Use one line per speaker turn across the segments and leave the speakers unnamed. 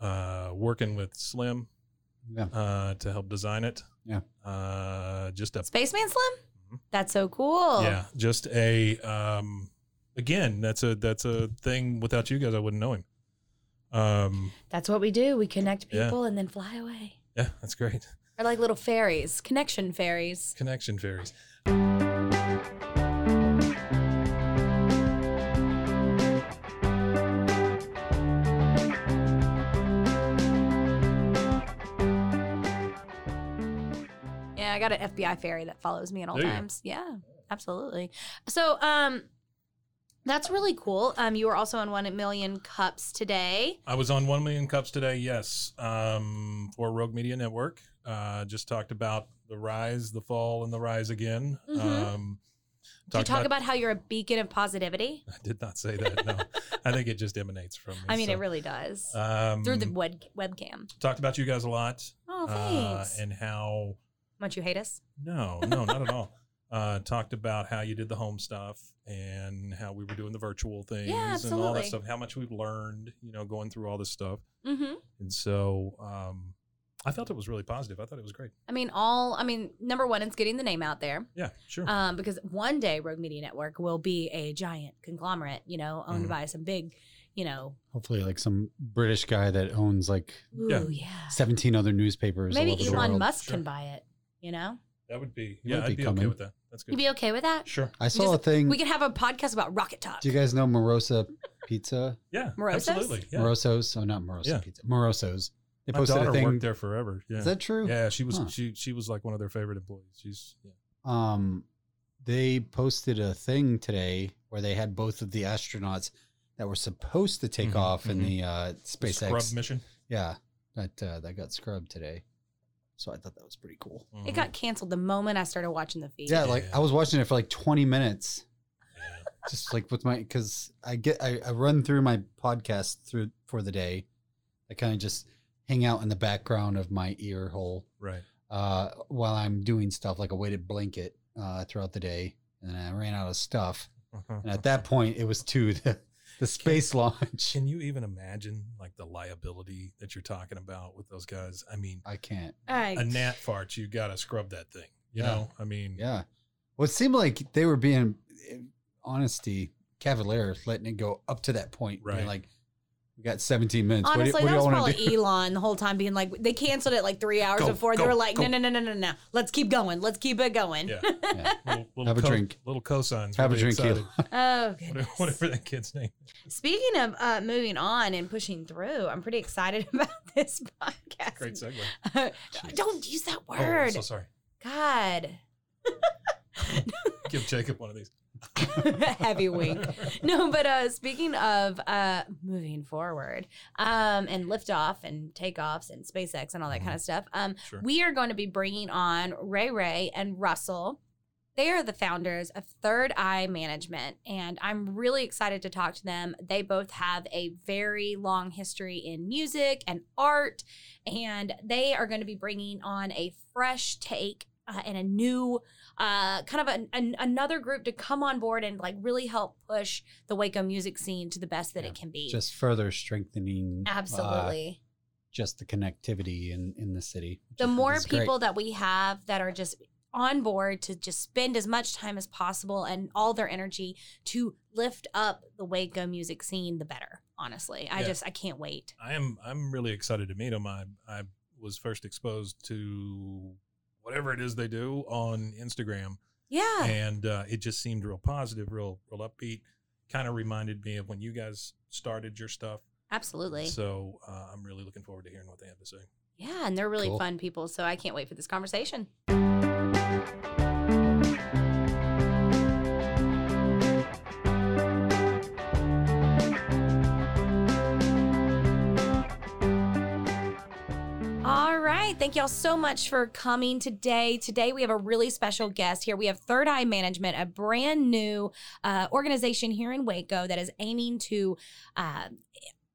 uh, working with Slim
Yeah.
uh, to help design it.
Yeah.
Uh, just a
Spaceman Slim? That's so cool.
Mm-hmm. yeah, just a um, again. That's a that's a thing. Without you guys, I wouldn't know him. Um,
That's what we do. We connect
Yeah.
people and then fly away.
yeah, that's great.
Or like little fairies, connection fairies.
Connection fairies.
Yeah, I got an FBI fairy that follows me at all
Do you?
times. Yeah, absolutely. So, um, that's really cool. Um, you were also on One Million Cups today.
I was on One Million Cups today. Yes, um, for Rogue Media Network. Uh, just talked about the rise, the fall, and the rise again.
Mhm.
Um,
Did you
talked
talk about, how you're a beacon of positivity?
I did not say that. No, I think it just emanates from. Me,
I mean,
so.
it really does.
um,
Through the web- webcam.
talked about you guys a lot.
Oh,
uh,
thanks.
and how
Much you hate us?
no, no, not at all. Uh, talked about how you did the home stuff and how we were doing the virtual things and all that
absolutely.
stuff. How much we've learned, you know, going through all this stuff.
Mm-hmm.
And so, um, I felt it was really positive. I thought it was great.
I mean, all, I mean, number one, it's getting the name out there.
Yeah, sure.
Um, because one day Rogue Media Network will be a giant conglomerate, you know,
Mhm.
owned
Mm-hmm.
by some big, you know,
Hopefully, like some British guy that owns like
ooh,
Yeah.
yeah.
17 other newspapers. all
Maybe
over the
Elon
world.
Musk
Sure.
can buy it, you know?
that would be
It
yeah.
would
I'd
be
be okay
coming.
with that. That's
You'd
good.
be okay with that?
Sure.
I saw
just-
a thing.
We could have a podcast about rocket talk.
Mm. Do you guys know Morosa Pizza?
Yeah.
Morosos?
Absolutely. Yeah.
Morosos? Oh, not Morosa
Yeah.
Pizza. Morosos. They
My
posted
daughter
a thing.
worked there forever. Yeah.
Is that true?
Yeah. She was
Huh.
she she was like one of their favorite employees. She's yeah.
um they posted a thing today where they had both of the astronauts that were supposed to take
Mhm,
off in
mhm.
the uh
The scrub
SpaceX.
mission.
yeah. That uh, that got scrubbed today. So I thought that was pretty cool.
Mhm.
It got canceled the moment I started watching the feed.
Yeah, like
Yeah.
I was watching it for like 20 minutes.
Mm-hmm.
Just like with my cuz I get I, I run through my podcast through for the day. I kind of just hang out in the background of my ear hole
right.
uh, while I'm doing stuff like a weighted blanket uh, throughout the day. And then I ran out of stuff. And
Uh-huh.
at that point, it was to the, the space launch.
Can you even imagine like the liability that you're talking about with those guys? I mean,
I can't.
All right.
a gnat fart, you gotta scrub that thing. You
Yeah.
know, I mean,
Yeah. Well, it seemed like they were being, in honesty, cavalier, letting it go up to that point. being
Right.
Like, we got 17 minutes. What do you-
Honestly,
what do,
that was
y'all want to do?
probably Elon the whole time being like, they canceled it like three hours
Go,
before.
go,
they were like,
go.
no, no, no, no, no, no. Let's keep going. Let's keep it going.
yeah.
Yeah.
Little, little
Have a drink.
Little cosigns.
Have a
really
drink,
excited.
Elon.
Oh,
Whatever,
goodness.
whatever that kid's name. is.
Speaking of uh, moving on and pushing through, I'm pretty excited about this podcast.
Great segue.
Don't use that
Oh, I'm
word.
so sorry.
God.
Give Jacob one of these.
Heavy wink. No, but uh, speaking of uh, moving forward um, and liftoff and takeoffs and SpaceX and all that kind of stuff, um,
Mm-hmm. Sure.
we are going to be bringing on Ray Ray and Russell. They are the founders of Third Eye Management, and I'm really excited to talk to them. They both have a very long history in music and art, and they are going to be bringing on a fresh take uh, and a new uh, kind of an, an, another group to come on board and like really help push the Waco music scene to the best that
Yeah,
it can be.
Just further strengthening. uh,
Absolutely.
just the connectivity in in the city. which I
the
think
more
is great.
people that we have that are just on board to just spend as much time as possible and all their energy to lift up the Waco music scene, the better. Honestly, I
Yeah.
just I can't wait.
I am I'm really excited to meet him. I I was first exposed to whatever it is they do on Instagram,
Yeah,
and uh, it just seemed real positive, real real upbeat. Kind of reminded me of when you guys started your stuff.
absolutely.
So uh, I'm really looking forward to hearing what they have to say.
Yeah, and they're really
Cool.
fun people. So I can't wait for this conversation. All right. Thank y'all so much for coming today. Today, we have a really special guest here. We have Third Eye Management, a brand new uh, organization here in Waco that is aiming to uh,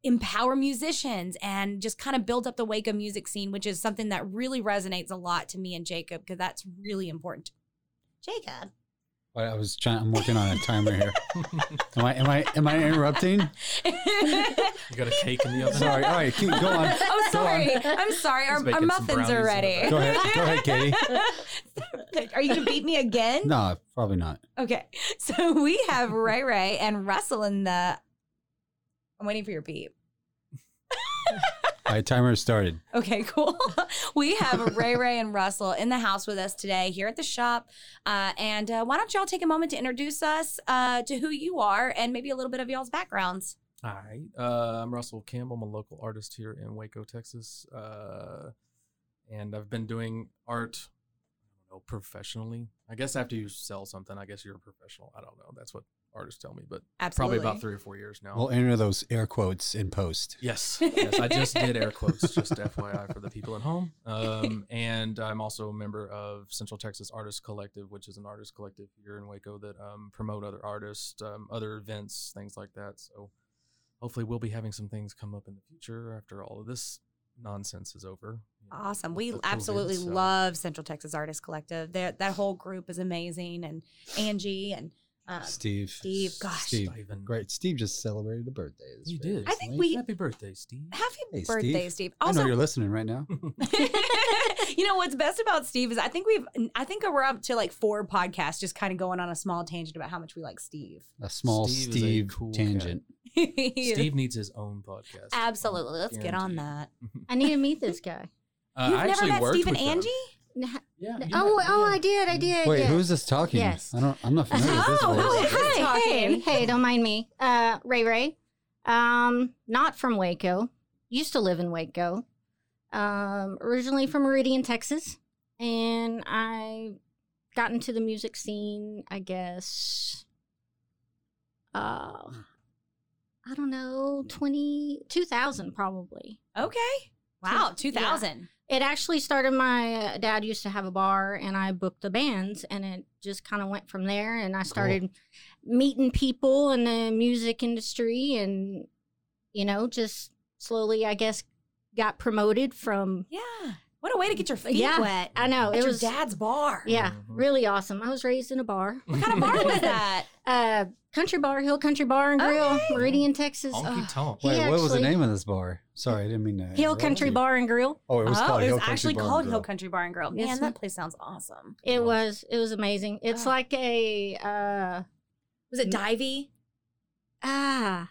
empower musicians and just kind of build up the Waco music scene, which is something that really resonates a lot to me and Jacob because that's really important. Jacob.
But I was trying. I'm working on a timer here. am I? Am I? Am I interrupting?
You got a cake in the oven.
Sorry. All right. Keep go on.
oh,
Go on.
sorry. I'm sorry. Our,
He's
our
making some
muffins are
brownies
ready.
in
Go ahead. Go ahead, Katie.
are you going to beat me again?
No, probably not.
Okay. So we have Ray Ray and Russell in the. I'm waiting for your beep.
All right. Timer started.
Okay, cool. we have Ray Ray and Russell in the house with us today here at the shop. Uh, and uh, why don't y'all take a moment to introduce us uh, to who you are and maybe a little bit of y'all's backgrounds?
All right. Uh, I'm Russell Campbell. I'm a local artist here in Waco, Texas. Uh, and I've been doing art, I don't know, professionally. I guess after you sell something, I guess you're a professional. I don't know. That's what artists tell me, but
Absolutely.
probably about three or four years now.
We'll enter those air quotes in post.
Yes, yes, I just did air quotes, just FYI for the people at home. Um, and I'm also a member of Central Texas Artists Collective, which is an artist collective here in Waco that um, promote other artists, um, other events, things like that. So hopefully, we'll be having some things come up in the future after all of this nonsense is over. you know,
Awesome.
with
We
the COVID,
absolutely
so-
love Central Texas Artists Collective. That that whole group is amazing, and Angie and um,
Steve.
Steve, gosh.
Steve.
Steven.
Great. Steve just celebrated a birthday. It's
You
very
did.
I think
recently.
we-
Happy birthday, Steve.
Happy
Hey, Steve.
birthday, Steve.
I
Also,
know you're listening right now.
you know what's best about Steve is I think we've I think we're up to like four podcasts, just kind of going on a small tangent about how much we like Steve.
A small
Steve
Steve,
is a cool cat.
tangent.
Steve needs his own podcast.
Absolutely. Let's get on
Guaranteed.
that.
I need to meet this guy.
Uh,
You've
I
never
actually
met
worked
Steve and
with them.
Angie?
N-
Yeah.
n-
you
Oh,
met-
oh,
yeah.
I did, I did.
Wait,
yeah.
who's this talking?
Yes.
I don't. I'm not familiar with this
Oh,
voice.
no,
hi.
Hey.
talking. Hey, don't mind me. Uh, Ray Ray. Um, not from Waco. Used to live in Waco. Um, originally from Meridian, Texas, and I got into the music scene. I guess. Uh, I don't know, 20, 2000 probably.
Okay. Wow, two thousand.
It actually started. My uh, dad used to have a bar, and I booked the bands, and it just kind of went from there. And I started meeting people in the music industry, and you know, just slowly, I guess, got promoted from.
Yeah. What a way to get your feet
yeah,
wet.
I know
At
it
your Mm-hmm.
was.
dad's bar.
Yeah,
Mhm.
really awesome. I was raised in a bar,
What kind of bar was that?
uh, country bar, Hill Country Bar and Grill,
Okay.
Meridian, Texas. uh,
Honky
Ugh.
Tonk.
He
Wait, what was the
actually-
name of this bar? Sorry, I didn't mean to.
Hill
interrupt
Country
you.
Bar and Grill.
Oh, it was
oh,
called
it
Hill
was
Country
actually
Bar and
called
Grill.
Hill Country Bar and Grill. Man,
Yes,
that
ma'am.
place sounds awesome.
It was. It was amazing. It's
Ah.
like a uh,
Was it divey?
ah,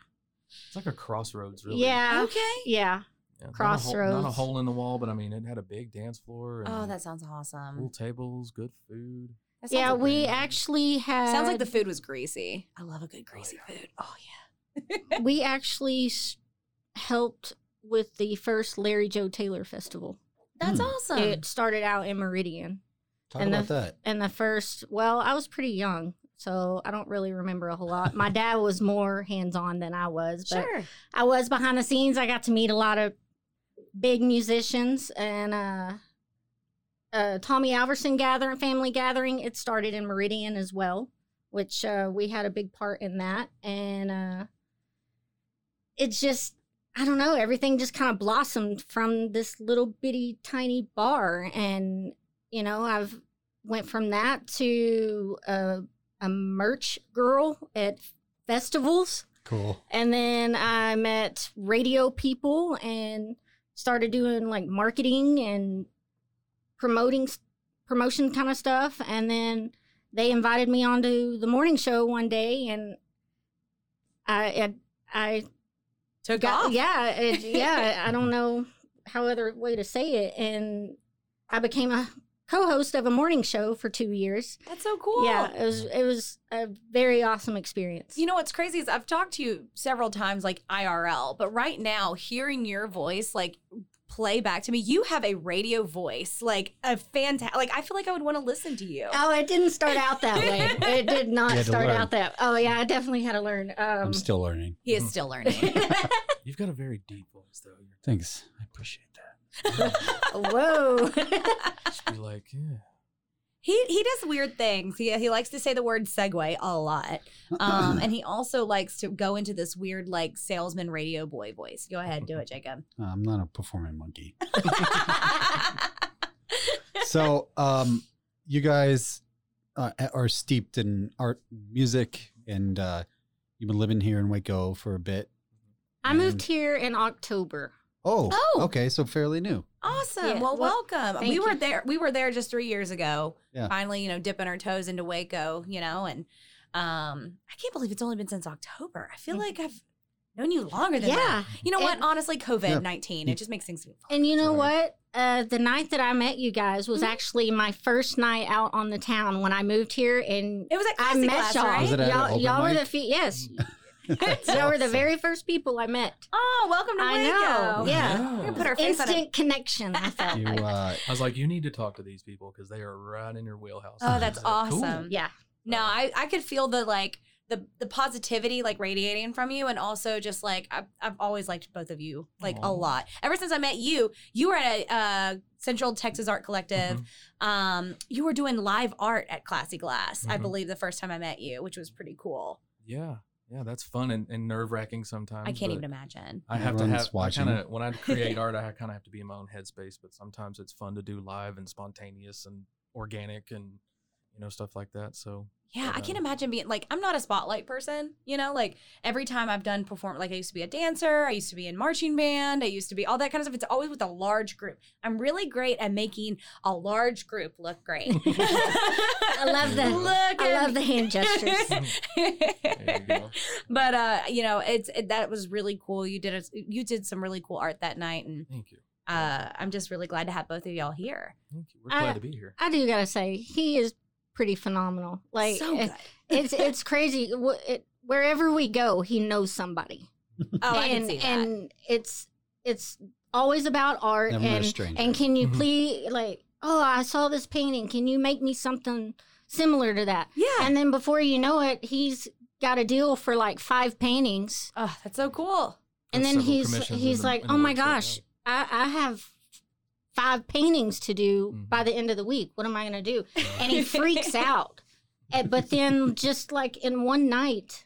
It's like a crossroads, really.
yeah,
Okay.
yeah.
Yeah, Not a, hole, not a
Crossroads.
hole in the wall, but I mean, it had a big dance floor. And
Oh, that sounds
cool
awesome.
tables, good food.
That sounds
Yeah,
like-
we
great.
actually had.
sounds like the food was greasy. I love a good greasy food. Oh yeah.
we actually s- helped with the first Larry Joe Taylor Festival.
That's
Hmm.
awesome.
It started out in Meridian,
Talk
And
about
the-
that.
and the first. Well, I was pretty young, so I don't really remember a whole lot. My dad was more hands on than I was, but
sure.
I was behind the scenes. I got to meet a lot of big musicians and uh, uh, Tommy Alverson gathering, family gathering. It started in Meridian as well, which uh, we had a big part in that. And uh, it's just, I don't know, everything just kind of blossomed from this little bitty tiny bar. And, you know, I've went from that to uh, a merch girl at festivals.
Cool.
And then I met radio people and started doing like marketing and promoting s- promotion kind of stuff and then they invited me onto the morning show one day and i i, I
Took
got
off.
yeah it, yeah i don't know how other way to say it and i became a co-host of a morning show for two years
That's so cool.
yeah it was it was a very awesome experience
You know what's crazy is I've talked to you several times, like IRL, but right now, hearing your voice, like, play back to me, you have a radio voice, like, a fantastic, like, I feel like I would want to listen to you.
Oh, it didn't start out that way. It did
You
not
had to
start
learn.
out that. Oh yeah, I definitely had to learn. Um,
I'm still learning.
He is still learning.
You've got a very deep voice, though. You're
Thanks. I appreciate that.
whoa.
just be like, yeah.
He he does weird things. He he likes to say the word segue a lot, um, and he also likes to go into this weird like salesman radio boy voice. Go ahead, do it, Jacob.
Uh, I'm not a performing monkey. so um you guys uh, are steeped in art music and uh you've been living here in waco for a bit
I moved here in October.
oh,
Oh.
okay so fairly new
awesome.
Yeah,
well,
well,
welcome.
thank
We were
you.
there. We were there just three years ago.
Yeah.
Finally, you know, dipping our toes into Waco. You know, and um, I can't believe it's only been since October. I feel like I've known you longer than that.
Yeah,
You know what?
And-
Honestly, COVID nineteen.
Yeah.
It just makes things.
and you know
That's
what? Uh, the night that I met you guys was
Mhm.
actually my first night out on the town when I moved here, and
It was at
I
classic
met
class,
y'all.
right?
Was it at an
y'all
open
y'all were
mic?
the few, yes, y'all were the very first people I met.
Oh, welcome to
I
Waco.
know. Yeah.
We're gonna put our face on it.
Instant connection. I felt.
you uh
I was like, you need to talk to these people because they are right in your wheelhouse.
Oh, that's
I was like,
awesome.
Yeah.
No, I, I could feel the like the the positivity like radiating from you and also just like I've, I've always liked both of you like a
Aw.
lot ever since i met you you were at a uh, central texas art collective
Mhm.
um, you were doing live art at classy glass i
Mhm.
believe the first time i met you which was pretty cool
Yeah, yeah, that's fun and, and nerve wracking sometimes.
i can't
but
even imagine
I have to
Everyone's
have
watching.
I kinda, when I create art, I kind of have to be in my own headspace. But sometimes it's fun to do live and spontaneous and organic and you know stuff like that. So
Yeah, I
Yeah.
Uh-huh.
can't imagine being like I'm not a spotlight person, you know. Like every time I've done perform, like I used to be a dancer, I used to be in marching band, I used to be all that kind of stuff. It's always with a large group. I'm really great at making a large group look great. I
love that.
Look,
I
at
love the hand gestures.
there you go.
but uh, you know, it's it, that was really cool. You did a, you did some really cool art that night, and
Thank you,
uh, I'm just really glad to have both of y'all here.
thank you. We're
I-
glad to be here.
I do gotta say, he is pretty phenomenal. Like,
so good.
it's it's crazy. Wh- It, wherever we go, he knows somebody.
Oh, I can
and
see that.
and it's it's always about art
Never met a
and
stranger.
and can you
Mhm.
please like oh I saw this painting. Can you make me something similar to that?
yeah.
And then before you know it, he's got a deal for like five paintings,
oh, that's so cool.
and
There's
then
several
he's
commissions in
he's
the-
like,
in the
oh my
works right now.
gosh, I, I have. Five paintings to do
Mhm.
by the end of the week. What am I going to do? and he freaks out. Eh, But then, just like in one night,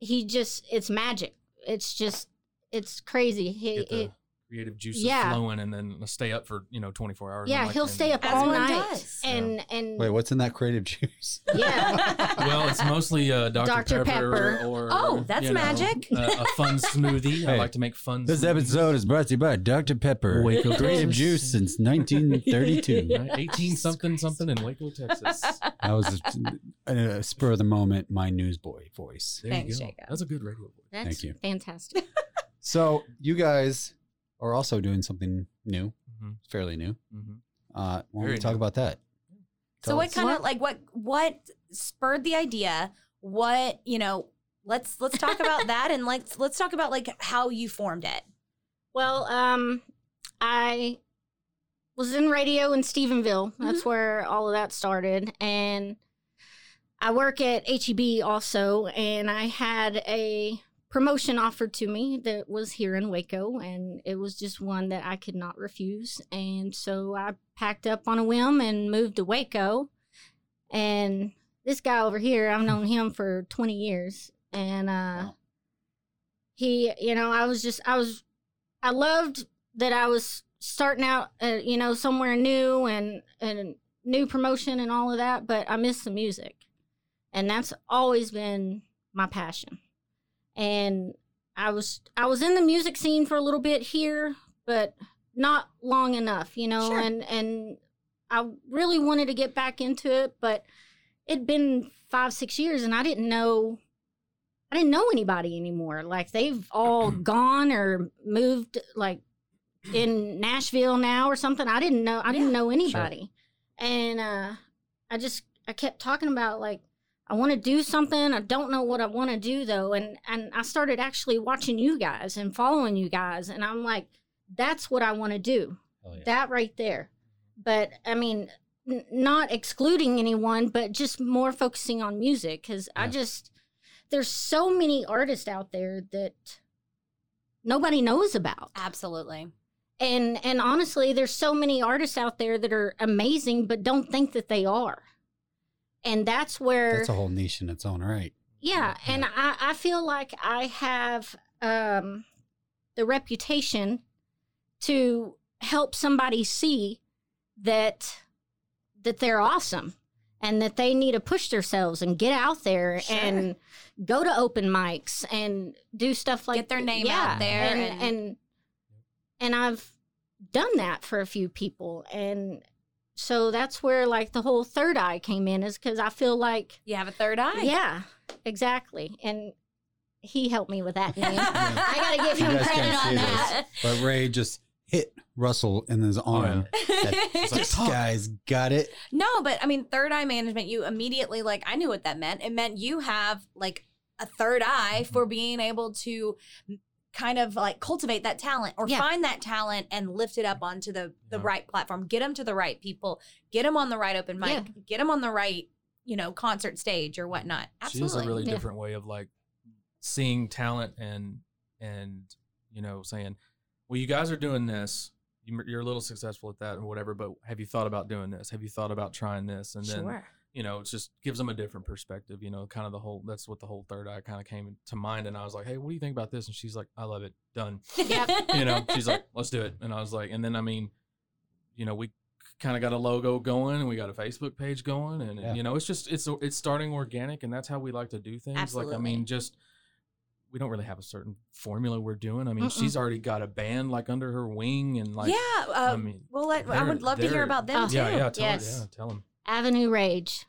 he just—it's magic. It's just—it's crazy. He,
Get
it,
the creative juices
yeah.
flowing, and then stay up for you know 24 hours.
yeah,
unlike
he'll
me.
stay up
As
all
one
night
does.
and and
wait what's in that creative juice
yeah,
Well, it's mostly uh, Dr.
Dr.
Pepper,
Pepper.
or
Oh, that's
you know, uh,
magic.
a, a fun smoothie. I
Hey,
like to make fun. smoothies.
is brought to you by dr pepper
Waco Texas.
since 1932
Right? 18 something something in Waco, Texas.
i was a, a spur of the moment my newsboy voice
There
Thanks,
you go.
Jacob.
That's a good radio voice.
that's
Thank you.
fantastic.
so you guys are also doing something new
hmm
fairly new
hmm
uh why don't we
Very
talk
new.
about that
So what
us.
kind of like what what spurred the idea? What you know? Let's let's talk about that and let's let's talk about like how you formed it.
Well, um, I was in radio in Stephenville. That's where all of that started, and I work at HEB also, and I had a promotion offered to me that was here in Waco, and it was just one that I could not refuse, and so I packed up on a whim and moved to Waco, and this guy over here, I've known him for twenty years, and uh, he, you know, I was just, I was I loved that I was starting out, uh, you know, somewhere new and and new promotion and all of that, but I missed the music, and that's always been my passion. And I was I was in the music scene for a little bit here, but not long enough, you know.
Sure.
And and I really wanted to get back into it, but it'd been five six years, and I didn't know. I didn't know anybody anymore. Like they've all gone or moved, like in Nashville now or something. I didn't know. I didn't know anybody, and uh, I just I kept talking about like I want to do something. I don't know what I want to do though, and and I started actually watching you guys and following you guys, and I'm like, that's what I want to do.
Hell yeah.
That right there. But I mean, n- not excluding anyone, but just more focusing on music because I
Yeah.
just there's so many artists out there that nobody knows about
Absolutely.
and and honestly there's so many artists out there that are amazing but don't think that they are and that's where
That's a whole niche in its own right.
yeah and i i feel like i have um the reputation to help somebody see that that they're awesome and that they need to push themselves and get out there
Sure.
and go to open mics and do stuff like
Get their name out there
and
and-
and, and i've done that for a few people and so that's where like the whole third eye came in is because i feel like
You have a third eye.
yeah, exactly. And he helped me with that name.
I
gotta give
You
him
guys
credit
can't
on
see this,
that.
But Ray just hit Russell in his arm. That- this guy's got it.
No, but I mean, third eye management, you immediately, like, I knew what that meant. It meant you have, like, a third eye
Mm-hmm.
for being able to kind of like cultivate that talent or
Yeah.
find that talent and lift it up onto the the
Yeah.
right platform get them to the right people get them on the right open mic
Yeah.
get them on the right you know concert stage or whatnot
she has
absolutely
a really
yeah.
different way of like seeing talent and and you know saying well you guys are doing this You- you're a little successful at that or whatever but have you thought about doing this have you thought about trying this and then
sure
you know it just gives them a different perspective you know kind of the whole that's what the whole third eye kind of came to mind and i was like hey what do you think about this and she's like i love it done you know she's like let's do it and i was like and then i mean you know we kind of got a logo going and we got a facebook page going and
Yeah.
you know it's just it's it's starting organic and that's how we like to do things like i
Absolutely.
mean just we don't really have a certain formula we're doing i mean
Mm-mm.
she's already got a band like under her wing and like
yeah uh,
i mean
well let, i
they're-
would love to hear
they're-
about them
Oh,
too
yeah yeah tell
Yes.
yeah tell them
Avenue Rage.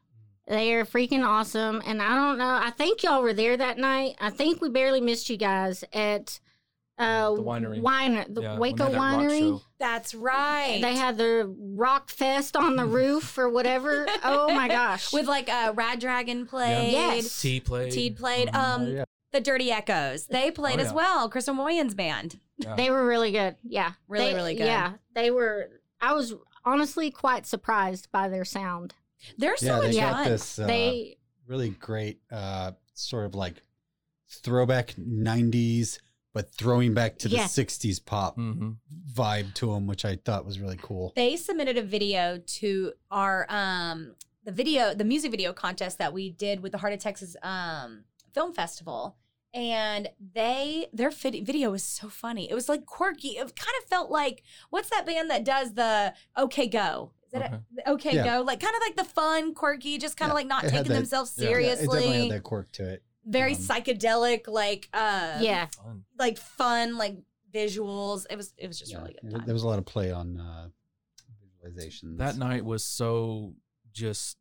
They are freaking awesome. And I don't know. I think y'all were there that night. I think we barely missed you guys at uh,
The winery.
wine- the
Yeah, when
Waco
they had that rock
Winery.
show.
that's right
They had the rock fest on the roof or whatever. oh my gosh.
with like uh rad dragon played
Yes.
T played.
Teed played.
Mhm.
Um, the Dirty Echoes.
Oh,
They played
yeah.
as well. Crystal Moyan's band.
They were really good. Yeah.
Really,
They-
really good.
Yeah. They were, I was honestly quite surprised by their sound.
They're so
yeah,
much
they got
fun.
this uh,
they,
really great uh, sort of like throwback 90s, but throwing back to the
Yeah.
60s pop
Mhm.
vibe to them, which I thought was really cool.
They submitted a video to our um the video the music video contest that we did with the Heart of Texas um film festival. And they their vid- video was so funny. It was like quirky. It kind of felt like what's that band that does the OK Go? Is it
Okay.
a- OK
Uh-huh. Yeah.
Go? Like kind of like the fun, quirky, just kind
Yeah,
of like not
it had
taking
that-
themselves
yeah. Yeah,
Yeah, it
seriously.
definitely had that quirk to it.
Very
um,
psychedelic, like uh
yeah.
Fun.
like fun like visuals. It was it was just
Yeah,
really good.
there-
Time.
There was a lot of play on uh, visualizations.
That night was so just.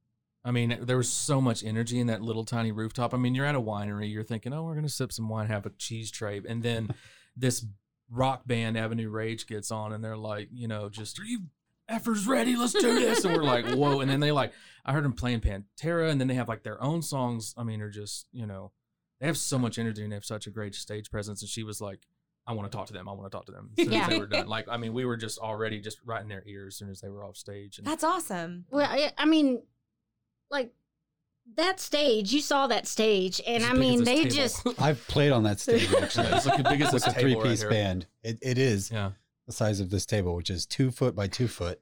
I mean, there was so much energy in that little tiny rooftop. I mean, you're at a winery, you're thinking, "Oh, we're gonna sip some wine, have a cheese tray," and then this rock band Avenue Rage gets on, and they're like, you know, just are you effers ready? Let's do this, and we're like, whoa! And then they like, I heard them playing Pantera, and then they have like their own songs. I mean, are just you know, they have so much energy and they have such a great stage presence. And she was like, I want to talk to them. I want to talk to them. As soon
Yeah.
as they were done, like, I mean, we were just already just right in their ears as soon as they were off stage. And
That's awesome.
Well, I, I mean, like that stage, you saw that stage, and
It's
I
as big as
mean,
this
they
table.
just
I've played on that stage actually.
Yeah, it's like the biggest
With a
table
three
right
piece
here.
band. It, it is
yeah.
the size of this table, which is two foot by two foot.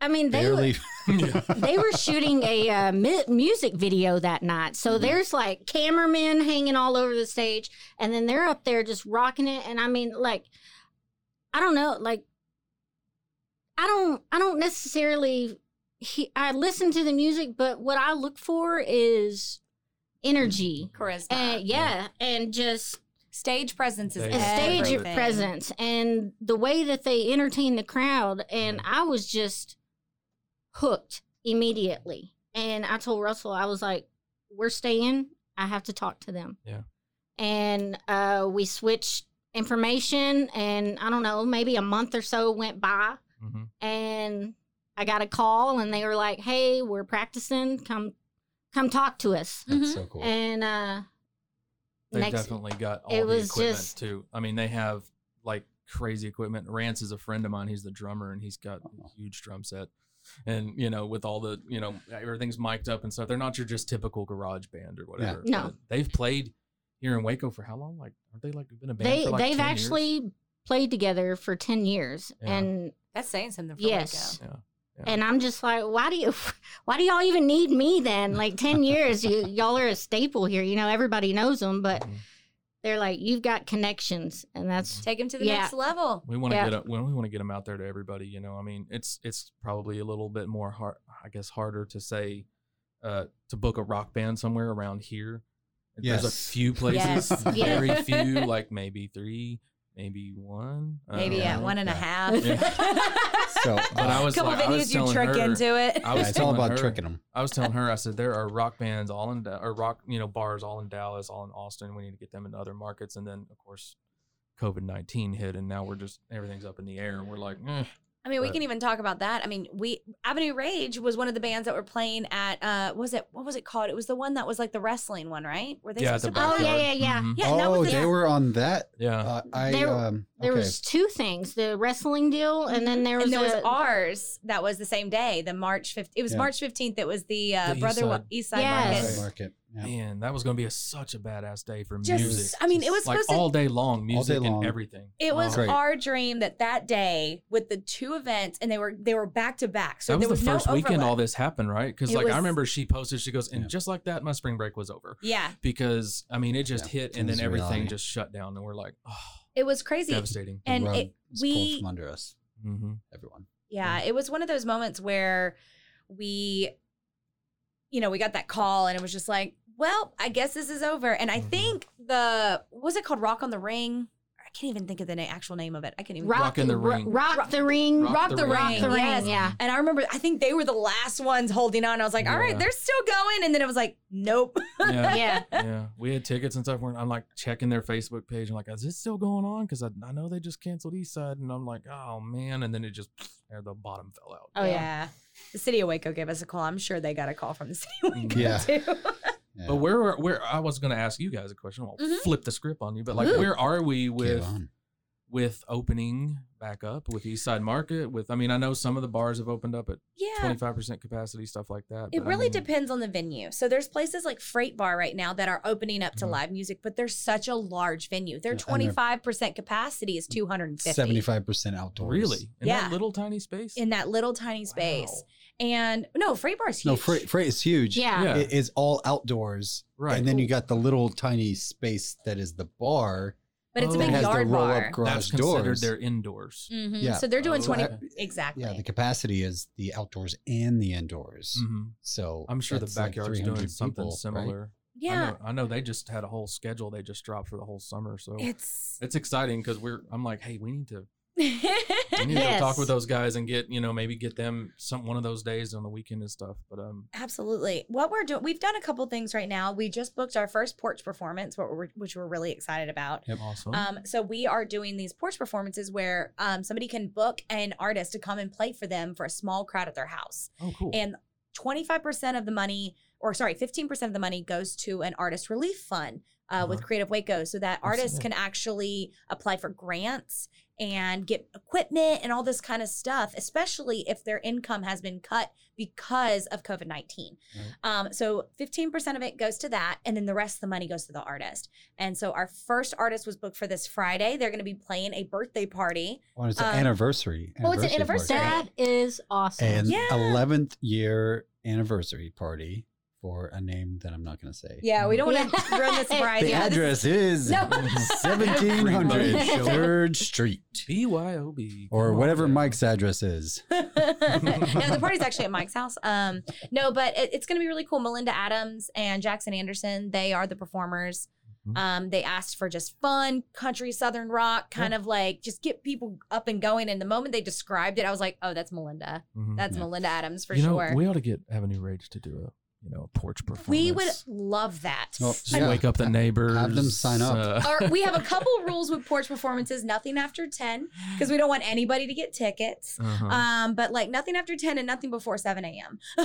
I mean, they
barely.
were, they were shooting a uh, mu- music video that night. So
Mm-hmm.
there's like cameramen hanging all over the stage, and then they're up there just rocking it. And I mean, like, I don't know, like, I don't, I don't necessarily. He, I listen to the music, but what I look for is energy.
Charisma.
And yeah, and just
Stage presence is
They-
a
Yeah.
stage
everything.
presence and the way that they entertain the crowd and i was just hooked immediately and i told russell i was like we're staying i have to talk to them
Yeah.
and uh, we switched information and i don't know maybe a month or so went by
hmm
and i got a call and they were like hey we're practicing come come talk to us
Mhm.
so cool.
and uh
They
next
definitely got all
it
the
was
equipment
just-
too. I mean, they have like crazy equipment. Rance is a friend of mine. He's the drummer, and he's got a huge drum set. And you know, with all the you know everything's mic'd up and stuff, they're not your just typical garage band or whatever.
No.
But they've played here in Waco for how long? Like, aren't they like been a band?
they
for like
they've
10 years?
actually played together for 10 years
Yeah.
and
That's saying something. For
yes
yes.
Yeah.
and i'm just like why do you why do y'all even need me then like 10 years you, y'all are a staple here you know everybody knows them but
Mhm.
they're like you've got connections and
Mm-hmm.
that's
Take him to the
Yeah.
next level.
We want to
Yeah.
get a, we want to get them out there to everybody. You know, I mean, it's it's probably a little bit more hard, I guess, harder to say uh, to book a rock band somewhere around here. There's
Yes.
a few places,
Yes,
yeah.
very few, like maybe three, maybe one,
Maybe
Uh, yeah,
at one and a
Yeah.
half.
So
But I was
couple
like, I was
venues you
telling
trick
her-
into it.
I was
it's all
telling
about
her-
tricking them.
I was telling her, I said there are rock bands all in Da- or rock, you know, bars all in Dallas, all in Austin. We need to get them into other markets, and then of course, COVID nineteen hit, and now we're just everything's up in the air, and we're like, eh.
I mean, we
But-
can even talk about that. I mean, we Avenue Rage was one of the bands that were playing at uh was it what was it called? It was the one that was like the wrestling one, right? Were they
yeah, at
supposed
the
to
Oh,
play?
yeah,
backyard.
yeah, yeah.
Mhm.
Yeah, and that
oh,
was
they
it.
were on that.
yeah.
Uh, I
There-
um.
there
okay.
was two things the wrestling deal and then there was,
Mm-hmm. and there was
a-
ours that was the same day, the March 15th. It was
Yeah.
March 15th. It was the,
The
uh,
East
Brother
Side.
East Side
Yes.
Night
Market.
market. Yeah.
Man, that was gonna be a, such a badass day for
Just,
music.
I mean, it was
like
supposed to
all day long, music
long.
and everything.
It was
Great.
our dream that that day with the two events, and they were they were back to back. So
that was
there
the
was
first
no
weekend
overlap.
all this happened, right? Because
It
like
was-
I remember she posted, she goes, and
Yeah.
just like that, my spring break was over.
Yeah,
Because I mean, it just
Yeah.
hit,
It
and
was
then everything
reality.
just shut down, and we're like, oh,
it was crazy.
devastating.
The
and
rug
it,
was pulled
we
from under us,
Mm-hmm.
everyone.
yeah, it was one of those moments where we, you know, we got that call, and it was just like, well, I guess this is over. And I
Mhm.
think the what was it called Rock on the Ring? I can't even think of the na- actual name of it. I can't even.
rock,
Rock in the
ro-
Ring.
rock,
Rock-
the ring
Rock
Rock
the
the
Ring.
Ring.
the ring
yes.
yeah
And I remember, I think they were the last ones holding on. I was like, all right,
Yeah.
they're still going. And then it was like, nope.
Yeah.
yeah
yeah, we had tickets and stuff. We're- I'm like checking their Facebook page. I'm like, is this still going on? Because I, I know they just canceled East Side, and I'm like, oh man. And then it just, and the bottom fell out.
oh yeah
The city of Waco gave us a call. I'm sure they got a call from the city of Waco
Yeah.
too.
Yeah.
But where were where I was going to ask you guys a question. I'll
Mhm.
flip the script on you. But like,
Ooh.
where are we
Get
with
on.
with opening back up with East Side Market? With I mean, I know some of the bars have opened up at
Yeah.
twenty five percent capacity, stuff like that.
It
but I
really
mean,
depends on the venue. So there's places like Freight Bar right now that are opening up to
Mhm.
live music, but they're such a large venue. Their
Mm-hmm. Yeah, and they're-
25% capacity is 250.
seventy-five percent outdoors.
Really, in
Yeah.
that little tiny space.
in that little tiny space. And no, Freight Bar's huge.
No, freight, freight is huge.
yeah,
Yeah.
It is all outdoors,
right.
and then you got the little tiny space that is the bar.
but it's a
Oh.
big
that has the
yard bar.
roll-up garage
that's considered
doors.
their indoors.
hmm
Yeah.
So they're doing
Oh,
20.
okay.
Exactly.
yeah, the capacity is the outdoors and the indoors.
Mm.
hmm
So
I'm sure the
that's like
backyard's
300
doing something
people, right?
similar.
yeah.
I know, I know they just had a whole schedule they just dropped for the whole summer, so
It's
it's exciting because we're. I'm like, hey, we need to we
Mm-hmm.
need
Yes.
to talk with those guys and get you know maybe get them some one of those days on the weekend and stuff. But um,
absolutely what we're doing. We've done a couple things right now. We just booked our first porch performance, what we're, which we're really excited about.
Yep.
awesome.
Um, so we are doing these porch performances where um, somebody can book an artist to come and play for them for a small crowd at their house,
oh, cool.
and 25% of the money, or sorry, 15% of the money goes to an artist relief fund. Uh, With
Uh-huh.
Creative Waco, so that artists
it.
can actually apply for grants and get equipment and all this kind of stuff, especially if their income has been cut because of COVID 19.
Right.
Um, so 15% of it goes to that, and then the rest of the money goes to the artist. And so our first artist was booked for this Friday. They're going to be playing a birthday party.
Well, it's an
Um,
anniversary.
oh, it's an
party.
anniversary.
that is awesome
And
Yeah.
11th year anniversary party for a name that I'm not going to say.
Yeah, we don't want to
Yeah.
ruin this surprise.
The
Yeah, this-
address is
No.
1700
Everybody.
Third Street
BYOB
or
come on
whatever
down.
Mike's address is.
no, the party's actually at Mike's house. Um, no, but it, it's going to be really cool. Melinda Adams and Jackson Anderson, they are the performers.
Mhm.
Um, they asked for just fun country southern rock, kind of like just get people up and going. And the moment they described it, I was like, oh, that's Melinda.
Mhm.
That's
Yeah.
Melinda Adams for
you know,
sure.
We
We,
ought to get Avenue Rage to do a you know a porch performance.
would love that.
Well,
just
Yeah.
wake up the
Have-
neighbors.
sign up.
uh,
Our- we have a couple rules with porch performances: nothing after ten, because we don't want anybody to get tickets.
uh-huh.
Um, but like nothing after 10 and nothing before 7 a.m.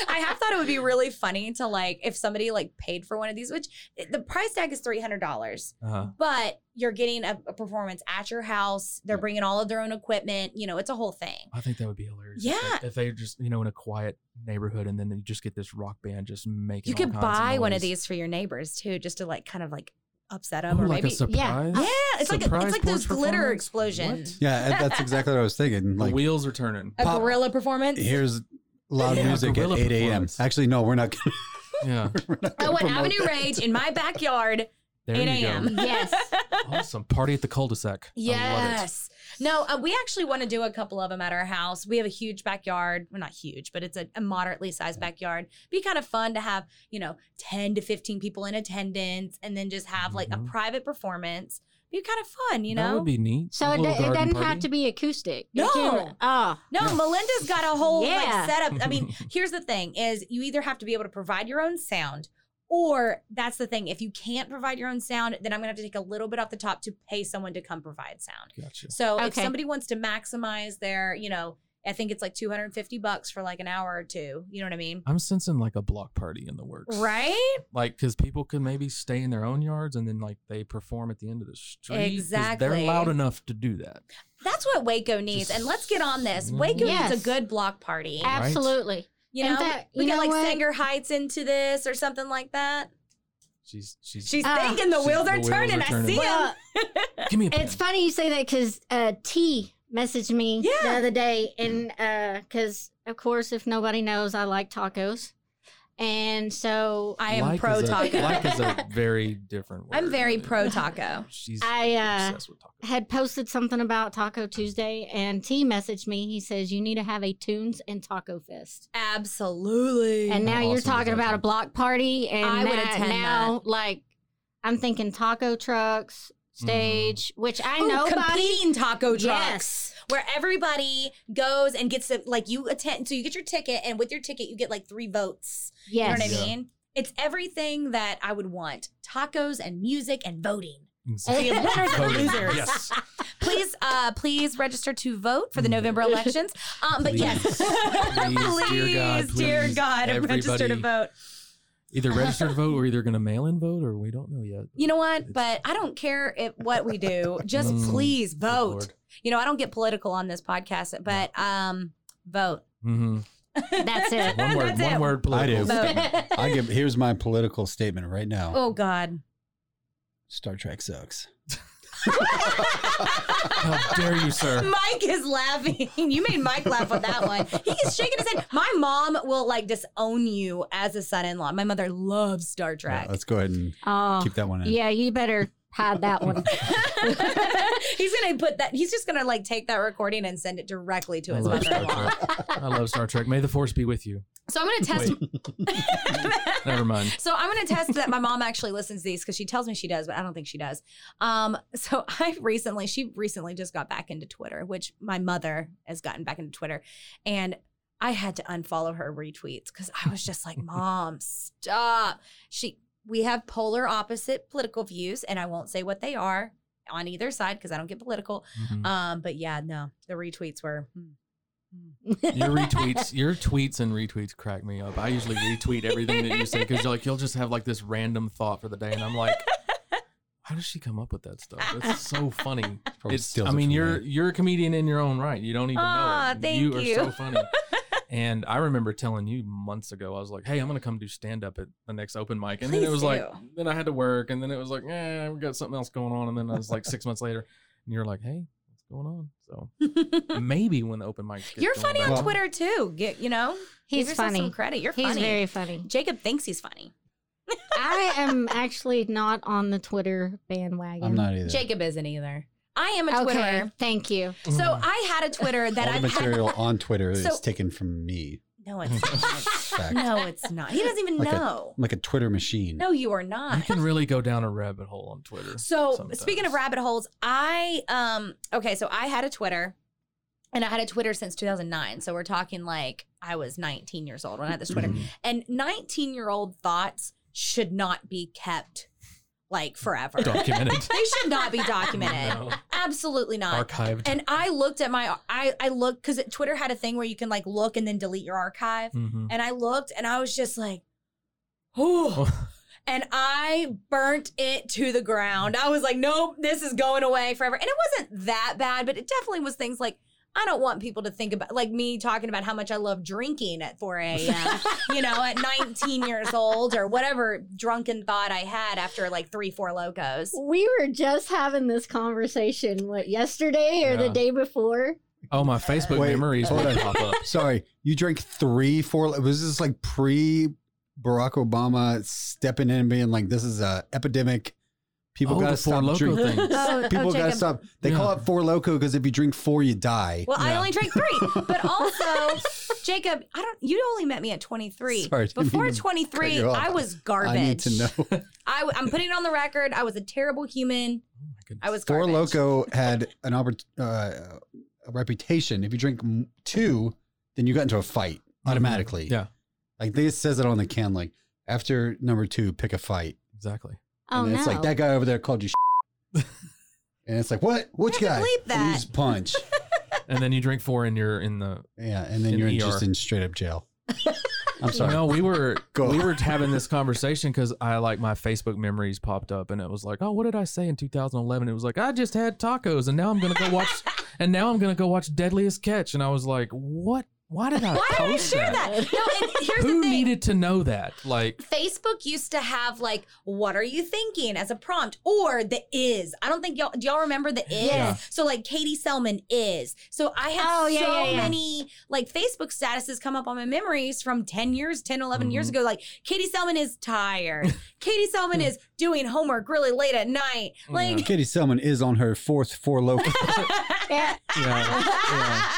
I have thought it would be really funny to like if somebody like paid for one of these, which eh, the price tag is $300,
Uh-huh.
but you're getting a, a performance at your house. They're
Yeah.
bringing all of their own equipment. You know, it's a whole thing.
I think that would be hilarious. if they-
Yeah.
If, they just, you know, in a quiet neighborhood and then you just get this rock band just making
You
all
could
kinds of
buy one of
noise.
these for your neighbors too, just to like kind of like upset
Ooh,
them or
like
maybe.
a surprise.
yeah, it's like a,
surprise
it's like those
porch
glitter
performance?
explosions.
What?
Yeah, that- that's exactly what I was thinking.
The
Like,
wheels are turning.
A
Pop-
gorilla performance.
here's loud
Yeah,
music at
gorilla
8 a.m.
performance.
Actually, no, we're not. Gonna,
Yeah.
we're not
I
gonna
want
promote
Avenue
that.
Rage in my backyard,
There
8
you
a.m.
Yes.
go. Awesome. Party at the cul-de-sac. I love it.
Yes. No, uh, we actually want to do a couple of them at our house. We have a huge backyard. Well, not huge, but it's a, a moderately sized backyard. Be kind of fun to have, you know, 10 to 15 people in attendance and then just have like
Mhm.
a private performance. Be kind of fun, you
That
know?
would be neat.
So
A
it, do-
little
it
garden
doesn't have
party.
to be acoustic. It
No.
can- oh,
no, Melinda's got a whole
Yeah.
like setup. I mean, here's the thing is you either have to be able to provide your own sound or that's the thing. If you can't provide your own sound, then I'm going to have to take a little bit off the top to pay someone to come provide sound.
Gotcha.
So if
Okay.
somebody wants to maximize their, you know, I think it's like 250 bucks for like an hour or two. You know what I mean?
I'm sensing like a block party in the works.
Right?
Like, because people could maybe stay in their own yards and then, like, they perform at the end of the street. 'cause They're
Exactly.
loud enough to do that.
That's what Waco needs. And let's get on this.
Mm-hmm.
Waco
Yes.
needs a good block party.
Ab-
absolutely.
You
in
know,
fact,
we
you
can
know
like
what?
Sanger Heights into this or something like that.
She's, she's,
She's
Ah.
thinking the
She's-
wheels
the
are
wheels are
turning. I
turning.
see
Well,
them.
give me a
It's
pen.
funny you say that because uh, T messaged me the
Yeah.
other day, and because of course, if nobody knows, I like tacos, and so
I am
Like
pro
is a-
taco.
Like is a very different word.
I'm very
really.
pro taco.
She's
I, uh,
obsessed with tacos.
had posted something about Taco Tuesday, and T messaged me. He says you need to have a tunes and taco fest.
Absolutely.
And now
How
you're
awesome
talking
does that
about a
sound?
block party, and
I would
now,
attend
now, like I'm thinking taco trucks,
Mm.
stage, which I
Ooh,
know nobody.
competing taco trucks.
Yes.
where everybody goes and gets a, like you attend so you get your ticket and with your ticket you get like three votes you know
Yes.
what i
Yeah.
mean it's everything that i would want tacos and music and voting
Exactly.
Be winners and
Voting.
losers.
Yes.
please uh please register to vote for the
Mm.
november elections um but yes
Please. Please, dear God,
Please, dear
please,
God, register to
everybody.
vote
Either register to vote or either going to mail in vote or we don't know yet.
you know what
It's-
but i don't care if what we do just
Mm.
please
Good
vote
Lord.
you know i don't get political on this podcast but um vote
Mhm.
That's it.
One word,
That's
one
it.
word political.
Vote.
I give here's my political statement right now.
Oh God.
Star Trek sucks.
How dare you, sir?
Mike is laughing. You made Mike laugh with that one. He is shaking his head. My mom will like disown you as a son-in-law. My mother loves Star
Yeah,
Trek.
let's go ahead and
Oh,
keep that one in.
yeah, you better hide that one.
he's gonna put that. He's just gonna like take that recording and send it directly to
I
his
love Star
mother-in-law.
Trek. I love Star Trek. May the force be with you.
So I'm gonna test.
Never mind.
So I'm going to test that my mom actually listens to these because she tells me she does, but I don't think she does. Um, so I recently, she recently just got back into Twitter, which my mother has gotten back into Twitter, and I had to unfollow her retweets because I was just like, "Mom, stop!" She, we have polar opposite political views, and I won't say what they are on either side because I don't get political.
Mhm.
Um, but yeah, no, the retweets were. hmm, hmm.
Your retweets, your tweets and retweets crack me up. I usually retweet everything that you say because you're like you'll just have like this random thought for the day, and I'm like, how does she come up with that stuff? That's so funny.
Probably
It's,
steals
I
it
mean,
from
you're
me.
you're a comedian in your own right. You don't even
Aw,
know. It.
Ah, thank
are
you.
so funny. and I remember telling you months ago, I was like, "Hey, I'm gonna come do stand up at the next open mic," and then it
Please
was like,
do.
then I had to work, and then it was like, "Yeah, we got something else going on," and then I was like, six months later, and you're like, "Hey, what's going on?" So maybe when the open mics, get
You're
going
funny
back
on
up.
Twitter too. Get you know. Give
He's
yourself
funny.
Some credit. You're
He's
funny.
very funny.
Jacob thinks he's funny.
I am actually not on the Twitter bandwagon.
I'm not either.
Jacob isn't either. I am a
okay,
Twitter.
thank you.
So I had a Twitter that
Mm. All
I
the
had.
material on Twitter is
So-
taken from me.
No, it's not.
Fact.
no, it's not. He doesn't even
Like a-
know.
I'm like a Twitter machine.
no, you are not.
You can really go down a rabbit hole on Twitter.
So
sometimes.
speaking of rabbit holes, I um okay, so I had a Twitter, and I had a Twitter since 2009. So we're talking like I was 19 years old when I had this
Mm-hmm.
Twitter,
Mm-hmm.
and 19 year old thoughts should not be kept like forever.
documented,
they should not be documented.
No.
Absolutely not.
archived,
And I looked at my I I looked because Twitter had a thing where you can like look and then delete your archive,
Mhm.
and I looked and I was just like, oh and I burnt it to the ground. I was like, nope, this is going away forever. And it wasn't that bad, but it definitely was things like, I don't want people to think about like me talking about how much I love drinking at 4 a.m., you know, at 19 years old or whatever drunken thought I had after like three, four locos.
We were just having this conversation, what, yesterday or the
Yeah.
day before?
oh, my Facebook
Wait,
memories
hold
would
on.
pop up.
Sorry, you drank three, four. Was this like pre Barack Obama stepping in and being like, "This is a epidemic. People
Oh,
gotta
the
stop
Four Loko
drinking.
thing.
Oh,
People gotta
Jacob.
stop. They call
Yeah.
it four loco because if you drink four, you die.
Well, I
Yeah.
only drank three, but also, Jacob, I don't, you only met me at 23.
Sorry, I didn't mean
Before
to cut
23,
you off.
I was garbage.
I need to know.
I, am putting it on the record. I was a terrible human. I was
Four
garbage.
loco had an oppor- uh, a reputation. If you drink m- two, then you got into a fight automatically.
Mm-hmm. Yeah,
like this says it on the can. Like after number two, pick a fight.
exactly.
Oh,
and
no.
it's like that guy over there called you. and it's like what? Which
You have
guy?
to bleep
And you
that.
just punch.
And then you drink four, and you're in the
yeah, and then
In
you're
ER.
just in straight up jail. I'm sorry.
No, we were
Go.
we were having this conversation because I like my Facebook memories popped up, and it was like, oh, what did I say in 2011? It was like I just had tacos, and now I'm gonna go watch, and now I'm gonna go watch Deadliest Catch, and I was like, what? Why did I
Why did I
post
share
that?
that? No, and here's
Who
the thing.
needed to know that? Like,
Facebook used to have like, "What are you thinking?" as a prompt, or the is. I don't think y'all do y'all remember the is.
Yeah.
So like Katie Selman is. So I have
Oh, yeah,
so
yeah, yeah.
many like Facebook statuses come up on my memories from 10 years, 10, 11 years
Mhm.
ago. Like Katie Selman is tired. Katie Selman is doing homework really late at night.
Oh,
Like
Katie Selman is on her fourth four loco.
Yeah.
yeah, yeah.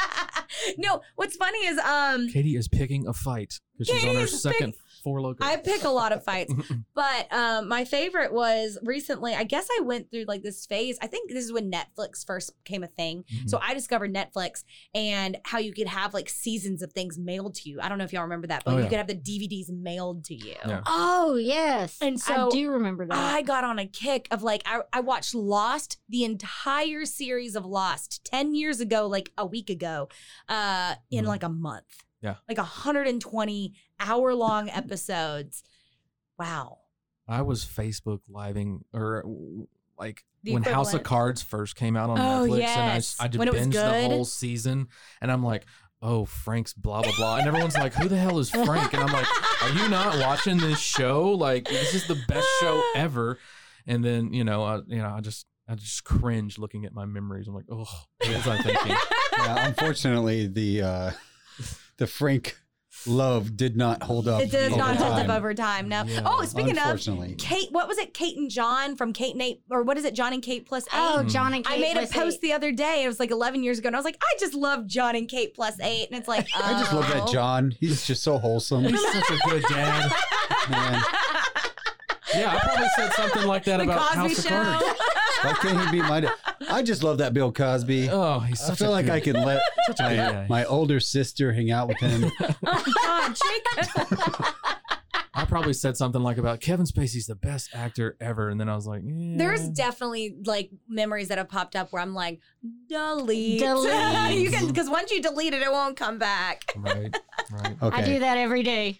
no, what's funny is um
Katie is picking a fight because she's on her
Katie's
second four loco.
I pick a lot of fights, but um, my favorite was recently. I guess I went through like this phase. I think this is when Netflix first became a thing. So
Mm.
I discovered Netflix and how you could have like seasons of things mailed to you. I don't know if y'all remember that, but
Oh,
you
yeah.
could have the DVDs mailed to you.
Yeah.
Oh, yes.
And so
I do remember that.
I got on a kick of like I, I watched Lost, the entire series of Lost, ten years ago, like a week ago, uh, in
Mhm.
like a month.
Yeah.
like 120 hour long episodes. Wow.
I was Facebook living or like
The
when House of
equivalent.
Cards first came out on
Oh,
Netflix,
yes.
and I, I just
When it was
binged the
good.
whole season, and I'm like, oh, Frank's blah blah blah, and everyone's like, who the hell is Frank? And I'm like, are you not watching this show? Like, this is the best show ever. And then you know, I, you know, I just I just cringe looking at my memories. I'm like, oh, what was I thinking?
yeah, unfortunately, the uh, the Frank love did not hold up.
It does
over
not hold up
time.
over time. No.
Yeah.
Oh, speaking of
Unfortunately.
Kate, what was it? Kate and John from Kate and Eight, or what is it? John and Kate plus eight.
oh,
Mm.
John and Kate.
I made a
was
post
eight.
the other day. It was like 11 years ago, and I was like, I just love John and Kate plus eight, and it's like, oh.
I just love that John. He's just so wholesome.
Oh, He's such a good dad.
Man,
Yeah, I probably said something like that
The
about
Cosby
House of Cards.
Show.
why can't he be my dad? I just love that Bill Cosby.
Oh, he's
I
such
feel
a
like
good,
I can let
such a good
my,
guy.
my older sister hang out with him.
God, Jacob.
I probably said something like about Kevin Spacey's the best actor ever, and then I was like, yeah.
There's definitely like memories that have popped up where I'm like, delete,
Delete.
you can because once you delete it, it won't come back.
right, right.
Okay.
I do that every day.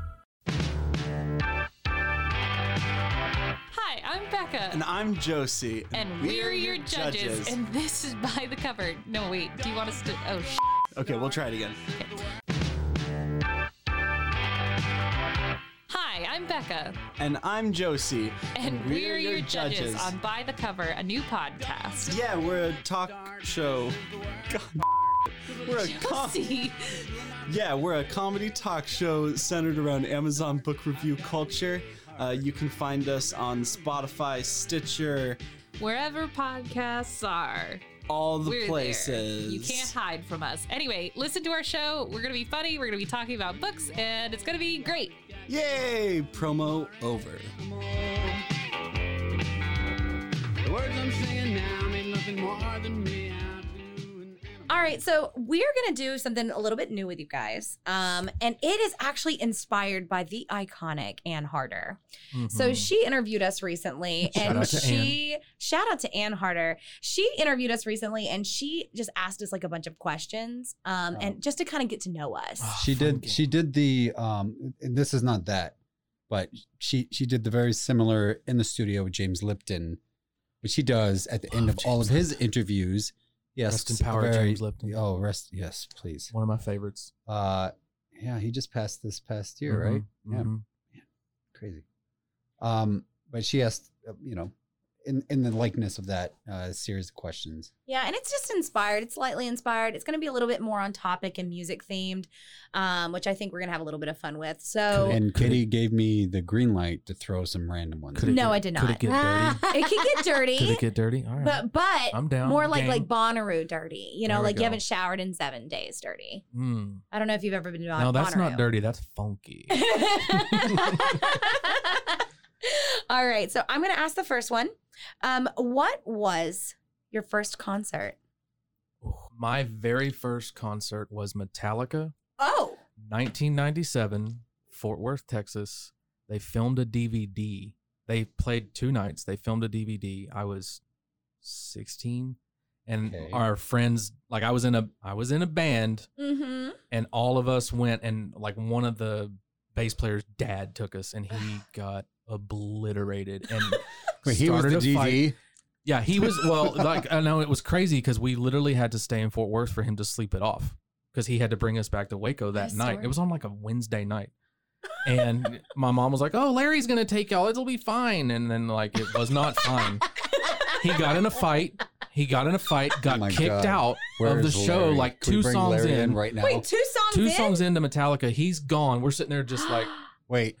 Hi, I'm Becca.
And I'm Josie.
And we're your judges. And this is By the Cupboard. No, wait. Do you want us to? Oh, sh-
okay, we'll try it again.
I'm Becca,
And I'm Josie.
and we're, your, judges, on By the Cover, a new podcast.
Yeah, we're a talk show. God, we're
Oh,
a com-
Josie.
yeah, we're a comedy talk show centered around Amazon book review culture. Uh, you can find us on Spotify, Stitcher,
Wherever podcasts are,
all the
we're
places.
there. You can't hide from us. Anyway, listen to our show. We're going to be funny. We're going to be talking about books, and it's going to be great.
Yay! Promo over.
The words I'm singing now mean nothing more than me.
All right, so we're gonna do something a little bit new with you guys, um, and it is actually inspired by the iconic Anne Harder. So
Mm-hmm.
Hmm.
Mhm.
she interviewed us recently,
Shout
and
out to
she shout out to Anne Harder. She interviewed us recently, and she just asked us like a bunch of questions, um, and just to kind of get to know us.
Oh,
she did she did the um and this is not that but she she did the very similar in the studio with james lipton which he does at the end of all of his interviews yes
Rest in
a
power, James Lipton.
oh rest yes please
one of my favorites
uh yeah he just passed this past year
Mhm,
right yeah
mhm.
Yeah. crazy um but she asked uh, you know in in the likeness of that uh series of questions
Yeah, and it's just inspired. It's lightly inspired. It's going to be a little bit more on topic and music themed, um, which I think we're going to have a little bit of fun with. So
and kitty gave me the green light to throw some random ones
No, I did not. It could get dirty.
Could it get dirty? All right.
But but
I'm down.
more like
Game.
like Bonnaroo dirty. You know,
There we
like you
go.
haven't showered in seven days dirty.
Mm.
I don't know if you've ever been to Bon-
No, that's
Bonnaroo.
not dirty. That's funky.
All right, so I'm gonna ask the first one. Um, what was your first concert?
My very first concert was Metallica,
Oh,
1997, Fort Worth, Texas. They filmed a DVD. They played two nights. They filmed a DVD. I was 16 and
Okay.
our friends like I was in a I was in a band
Mm-hmm.
and all of us went and like one of the bass players dad took us and he got obliterated and
Wait, he was
started
the
a fight.
DD?
yeah he was well like i know it was crazy because we literally had to stay in fort worth for him to sleep it off because he had to bring us back to waco that
a
night
story.
it was on like a wednesday night and my mom was like oh larry's gonna take y'all it'll be fine and then like it was not fine he got in a fight he got in a fight got kicked
God.
out
Where
of the
is
show
Larry?
like
Could we
two
bring
songs
Larry
in.
in right now? Wait,
two songs
two
in?
songs into metallica he's gone we're sitting there just like
wait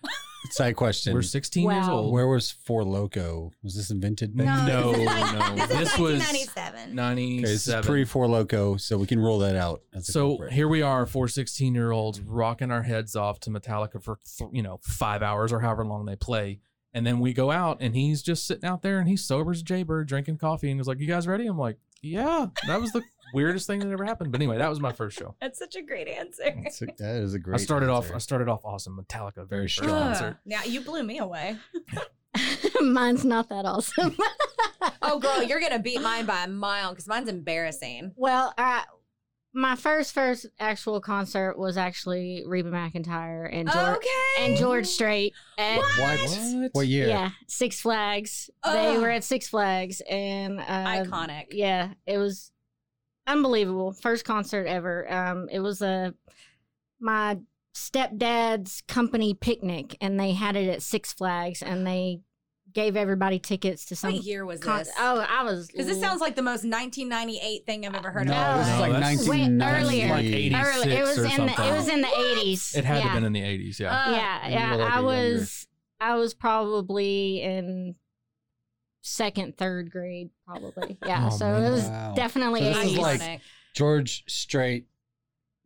Side question.
We're 16 years Wow. old.
Where was Four Loco? Was this invented?
No,
Back
No,
then?
no. This is This was 1997.
Okay, this is
97.
pre Four Loco, so we can roll that out. That's a
so
good break.
here we are, four 16 year olds rocking our heads off to Metallica for, th- you know, five hours or however long they play. And then we go out and he's just sitting out there and he's sober as a Jaybird drinking coffee and he's like, You guys ready? I'm like, Yeah, that was the weirdest thing that ever happened. But anyway, that was my first show.
that's such a great answer.
that is a
I
great
started off
answer.
I started off awesome Metallica very first
strong.
concert.
Now you blew me away.
Mine's not that awesome.
oh, girl, you're gonna beat mine by a mile because mine's embarrassing.
well, I, my first first actual concert was actually Reba McIntyre and George,
Okay.
and George Strait. At,
What? What year?
Yeah, Six Flags. They
Ugh.
were at Six Flags and uh,
Iconic.
Yeah, it was unbelievable. First concert ever. Um, it was a my stepdad's company picnic, and they had it at Six Flags, and they gave everybody tickets to some.
What year was
con-
this?
Oh, I was
Because this sounds like the most 1998 thing I've ever heard
No,
of.
this is No, like that's-
way
1990.
earlier.
Like 86
Early. It was
or
in the
something.
it was in the eighties.
It had
yeah.
to have been in the 80s. Yeah.
Uh,
yeah,
And you
yeah.
were, like,
I
a younger-
was I was probably in second, third grade, probably. Yeah.
Oh,
so
man.
it was
Wow.
definitely
So
eighties.
this is like George Strait,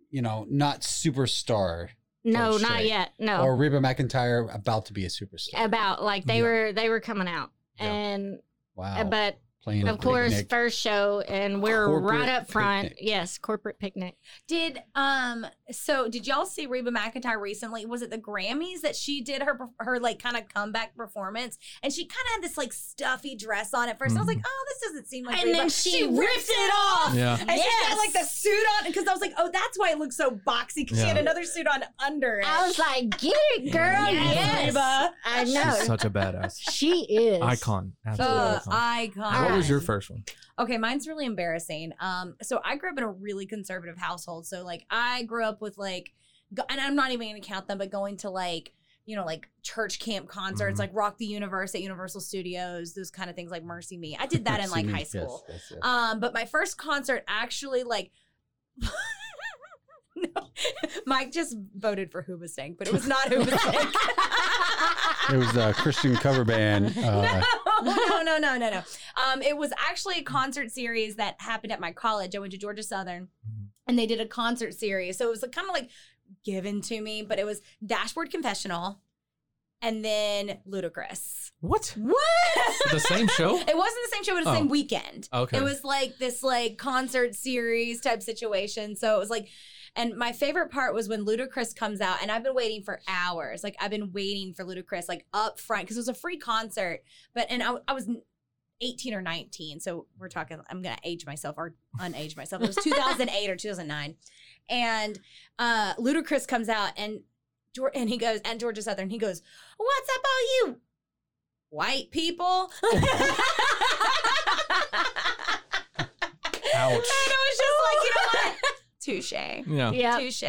you know, not superstar.
No,
George
not
Strait.
yet, no.
Oh, Or Reba McIntyre about to be a superstar.
about like they were they were coming out and uh,
Wow.
but
Playing a
of course
picnic.
first show and we're
Corporate
right up front
picnic.
yes corporate picnic
Did um so did y'all see Reba McIntyre recently? Was it the Grammys that she did her her like kind of comeback performance? And she kind of had this like stuffy dress on at 1st I was
Mm-hmm.
like, oh, this doesn't seem like.
And
Reba.
then she
ripped it off.
Yeah.
And she had like the suit on because I was like, oh, that's why it looks so boxy because she had
Yeah.
another suit on under it.
I was like, get it, girl.
yes,
Yes.
Reba.
I
She's
know.
such a badass.
she is
Icon. Absolute
Uh,
icon.
icon.
What was your first one?
Okay, mine's really embarrassing. Um, so I grew up in a really conservative household. So like I grew up with like, go- and I'm not even gonna count them, but going to like you know, like church camp concerts,
Mhm.
like Rock the Universe at Universal Studios, those kind of things like Mercy Me. I did that in
Mercy
like
Me,
high
yes,
school.
yes, yes.
Um, but my first concert actually like no, Mike just voted for Hoobastank, but it was not Hoobastank.
It was a Christian cover band. Uh,
no, no, no, no, no. Um, it was actually a concert series that happened at my college. I went to Georgia Southern, and they did a concert series. So it was kind of like given to me, but it was Dashboard Confessional, and then Ludacris.
What?
What?
The same show?
It wasn't the same show, but it was the same
Oh.
weekend.
Okay.
It was like this like concert series type situation. So it was like and my favorite part was when Ludacris comes out, and I've been waiting for hours. Like I've been waiting for Ludacris, like up front, because it was a free concert. But and I, I was 18 or 19, so we're talking. I'm gonna age myself or unage myself. It was 2008 or 2009, and uh, Ludacris comes out, and Geor- and he goes, and Georgia Southern, he goes, "What's up, all you white people?"
Ouch.
And I was just like, you know what? Touche.
Yeah. Yeah.
Touche.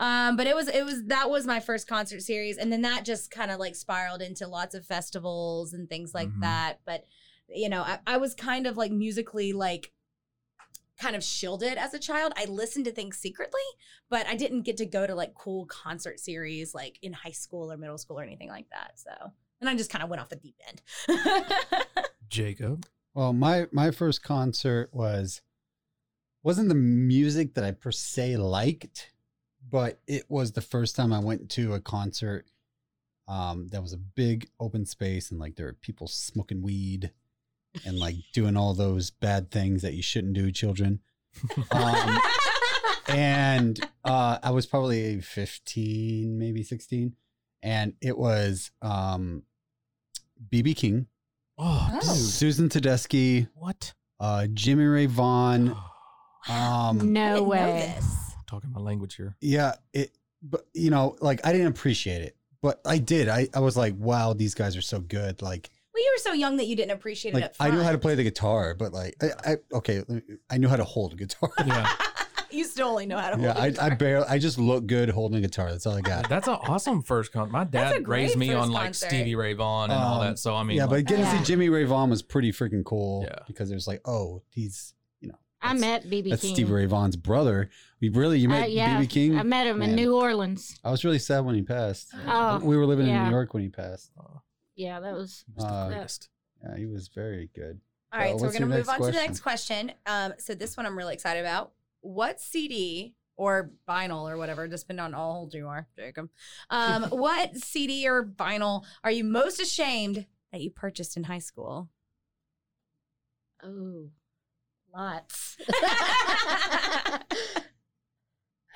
Um, but it was it was that was my first concert series, and then that just kind of like spiraled into lots of festivals and things like
Mm-hmm.
that. But you know, I, I was kind of like musically like kind of shielded as a child. I listened to things secretly, but I didn't get to go to like cool concert series like in high school or middle school or anything like that. So and I just kind of went off the deep end.
Jacob.
well, my my first concert was wasn't the music that I per se liked, but it was the first time I went to a concert um that was a big open space and like there were people smoking weed and like doing all those bad things that you shouldn't do, children. Um, and uh, I was probably 15, maybe 16, and it was um BB King.
Oh,
Susan Tedeschi.
What?
Uh, Jimmy Ray Vaughan.
Oh,
Um,
No
didn't know
way.
Talking my language here.
yeah, it. But you know, like I didn't appreciate it, but I did. I I was like, wow, these guys are so good. Like,
Well, you were so young that you didn't appreciate it
like
up
I
front.
knew how to play the guitar, but like I, I okay, let me- I knew how to hold a guitar.
Yeah,
you still only know how to
yeah.
hold a
I,
guitar.
I barely. I just look good holding a guitar. That's all I got.
That's an awesome first concert. My
a
dad
great
raised me
first
on like
concert.
Stevie Ray Vaughan and all
Um,
that. So I mean,
yeah, but
like,
getting to
Yeah.
see Jimmy Ray Vaughan was pretty freaking cool because it was like, oh, he's
I met BB
that's
King.
Stevie Ray Vaughan's brother. We really you
Uh,
met
yeah,
BB King.
I met him in
Man,
New Orleans.
I was really sad when he passed.
Oh,
we were living in
yeah.
New York when he passed.
Yeah, that was.
Uh,
greatest.
Yeah, he was very good.
All right,
Uh,
so we're
what's
going to
your
move on to the next question. Um, so this one I'm really excited about. What CD or vinyl or whatever, just depending on how old you are, Jacob. Um, what CD or vinyl are you most ashamed that you purchased in high school?
Oh, lots.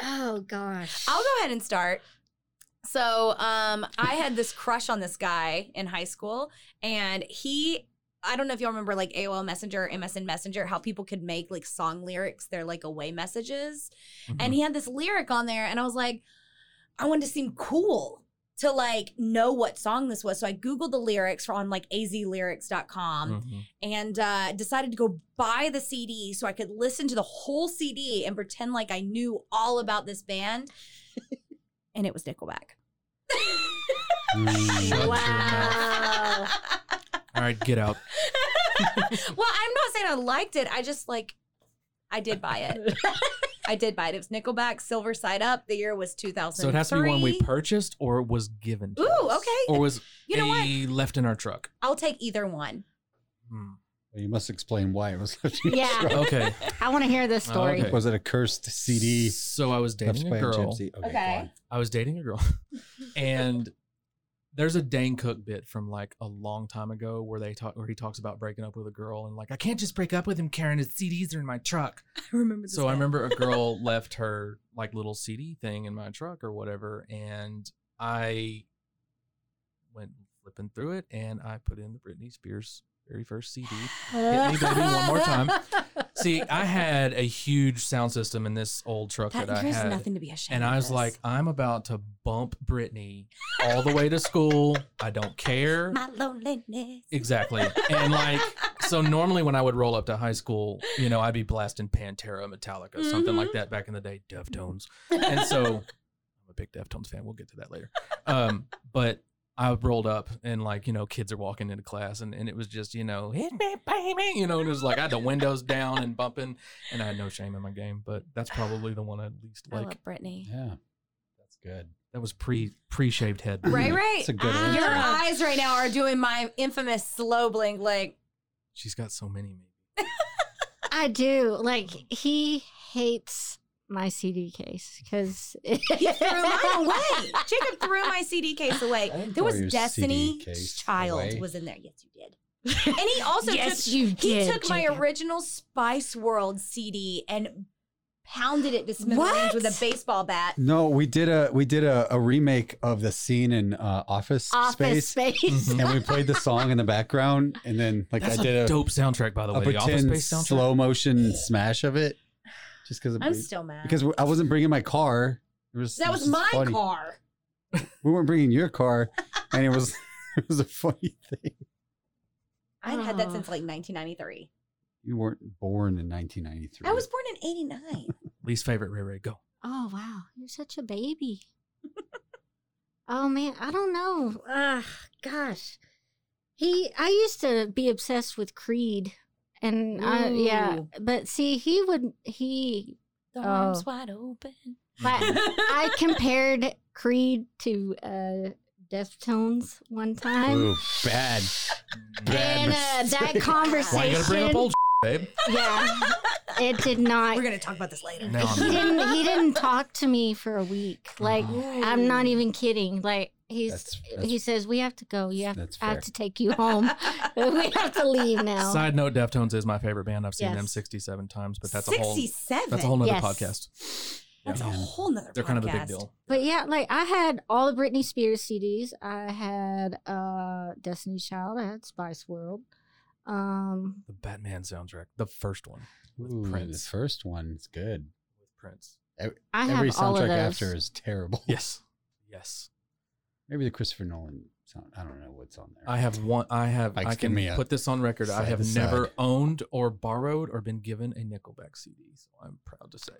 oh gosh.
I'll go ahead and start. So um, I had this crush on this guy in high school, and he. I don't know if y'all remember like AOL Messenger, MSN Messenger, how people could make like song lyrics. They're like away messages. And he had this lyric on there, and I was like, I wanted to seem cool to like know what song this was. So I Googled the lyrics on like
Mm-hmm.
azlyrics.com and uh, decided to go buy the CD so I could listen to the whole CD and pretend like I knew all about this band. and it was Nickelback.
wow.
all right, get out.
well, I'm not saying I liked it. I just like, I did buy it. I did buy it. It was Nickelback, Silver Side Up. The year was 2003.
So it has to be one we purchased or was given, to
Ooh,
us,
okay.
or was
You know what?
a left in our truck.
I'll take either one.
Well, you must explain why it was.
Yeah.
Okay.
I want to hear this
Oh,
story.
Was it a cursed CD?
So I was
Left
dating
by
a girl.
gypsy. Okay.
I was dating a girl, and there's a Dane Cook bit from like a long time ago where they talk where he talks about breaking up with a girl and like I can't just break up with him, Karen. His CDs are in my truck.
I remember this.
So I remember a girl left her like little CD thing in my truck or whatever, and I went flipping through it and I put in the Britney Spears very first CD. Hit me baby one more time. See, I had a huge sound system in this old truck that,
That-
I
there's
had.
nothing to be ashamed
And I
of
was
this.
like, I'm about to bump Britney all the way to school. I don't care.
My loneliness.
Exactly. And like, so normally when I would roll up to high school, you know, I'd be blasting Pantera, Metallica,
Mm-hmm.
something like that back in the day, Deftones. And so I'm a big Deftones fan. We'll get to that later. um, but I rolled up and like you know kids are walking into class and, and it was just you know hit me baby you know and it was like I had the windows down and bumping and I had no shame in my game but that's probably the one I least
I
like
love Brittany.
Yeah, that's good.
that was pre pre shaved head
Ray Ray,
It's a good one.
your
Ah.
eyes right now are doing my infamous slow blink. Like
she's got so many maybe
I do. Like he hates my CD case because
he threw mine away. Jacob threw my CD case away. There
throw
was
your
Destiny
CD case
Child
away.
was in there. Yes, you did. And he also
Yes,
took,
you
he
did,
took my
Jacob.
original Spice World CD and pounded it to smithereens with a baseball bat.
No, we did a we did a, a remake of the scene in uh, Office,
Office
Space,
Space.
and we played the song in the background, and then like
That's
I
a
did a,
dope soundtrack, by the
a
way, the Office
pretend
Space soundtrack.
slow motion smash of it, just because
I'm still mad.
because I wasn't bringing my car. It was,
That
it
was
just
my
funny.
car.
We weren't bringing your car, and it was it was a funny thing.
I had had that since like 1993.
You weren't born in 1993.
I was born in 89.
least favorite Ray Ray go
Oh wow, you're such a baby. oh man, I don't know. Ah, gosh. He I used to be obsessed with Creed and I, yeah,
Ooh.
but see, he would he
The
oh.
arms wide open.
But I compared Creed to uh Deftones one time.
Ooh, bad, bad.
And uh,
mistake.
that conversation
Why you gotta bring up old babe?
Yeah. It did not
We're gonna talk about this later.
Now
he
I'm-
didn't he didn't talk to me for a week. Like I'm not even kidding. Like he's
That's- that's-
he says we have to go. You have
That's
I
fair.
have to take you home. we have to leave now.
Side note: Deftones is my favorite band. I've seen them
Yes.
sixty-seven times, but that's a
67?
whole that's a whole nother
Yes.
podcast.
That's a whole nother
They're kind of a big
podcast.
deal.
But yeah, like I had all the Britney Spears CDs. I had uh Destiny's Child. I had Spice World. Um
The Batman soundtrack, the first one with
Ooh,
Prince.
The first one's good.
With Prince.
Ev-
I have
Every
all of
soundtrack after
those.
is terrible.
Yes. Yes.
Maybe the Christopher Nolan sound. I don't know what's on there.
I have one. I have.
Mike's
I
giving
can
me a
put this on record. I
side
have
to
never
side.
owned or borrowed or been given a Nickelback CD. So I'm proud to say,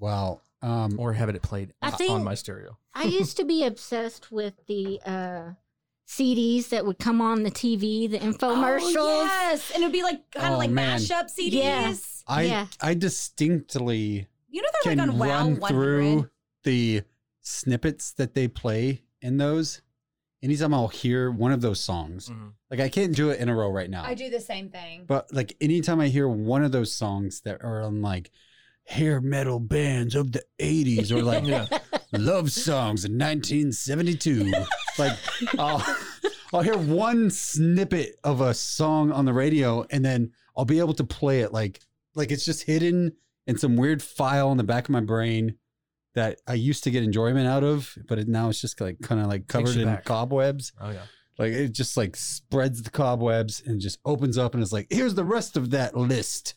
Wow. Um,
or have it played
I
on
think-
my stereo.
I used to be obsessed with the uh CDs that would come on the TV, the
Oh,
infomercials.
yes, and it'd be like kind of
Oh,
like
man.
mashup CDs.
Yeah.
I
yeah.
I distinctly
You know they're
can
like on WoW
run
100.
through the snippets that they play in those. Anytime I'll hear one of those songs,
Mm. Mm-hmm.
like I can't do it in a row right now.
I do the same thing.
But like anytime I hear one of those songs that are on like hair metal bands of the 80s or like
Yeah.
love songs in 1972, like I'll, I'll hear one snippet of a song on the radio and then I'll be able to play it like like it's just hidden in some weird file in the back of my brain that I used to get enjoyment out of, but it, now it's just like kind of like covered
you
in
back.
cobwebs.
Oh yeah.
Like it just like spreads the cobwebs and just opens up and it's like, here's the rest of that list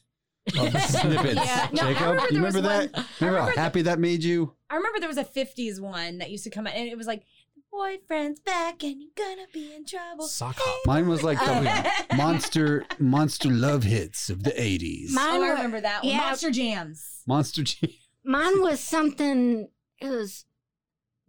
of snippets.
Yeah. No, I
Jacob,
remember
you
there was
remember that?
one-
remember how
remember the-
happy that made you?
I remember there was a 50s one that used to come out, and it was like, boyfriend's back and you're gonna be in trouble.
Sock hop.
Mine was like the
Oh.
monster monster love hits of the 80s.
oh, I
were-
remember that one.
yeah.
Monster Jams.
Monster G.
Mine was something. It was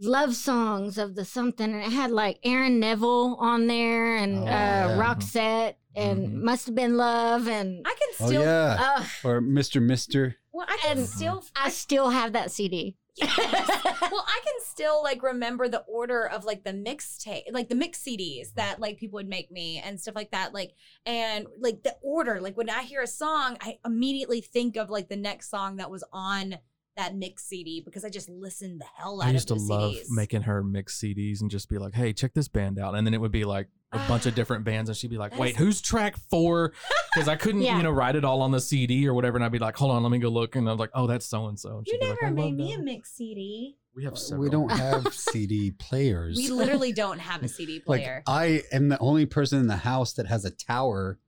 love songs of the something, and it had like Aaron Neville on there, and
Oh,
uh,
yeah.
Roxette, and Must Have Been Love, and
I can
Oh yeah.
Ugh.
or Mr. Mister.
Well, I can still,
I still have that CD.
well, I can still like remember the order of like the mixtape, like the mix CDs
Mm-hmm.
that like people would make me and stuff like that. Like and like the order, like when I hear a song, I immediately think of like the next song that was on that mix CD because I just listened the hell out
I used to
of those
love
CDs.
making her mix CDs and just be like, "Hey, check this band out," and then it would be like a bunch of different bands, and she'd be like,
Ah. That
"Wait,
is-
who's track four? Because I couldn't,
Yeah.
you know, write it all on the CD or whatever, and I'd be like, "Hold on, let me go look," and I was like, "Oh, that's so and so."
you never made me a mix CD.
We have several.
We don't have CD players.
We literally don't have a CD player.
Like uh, I am the only person in the house that has a tower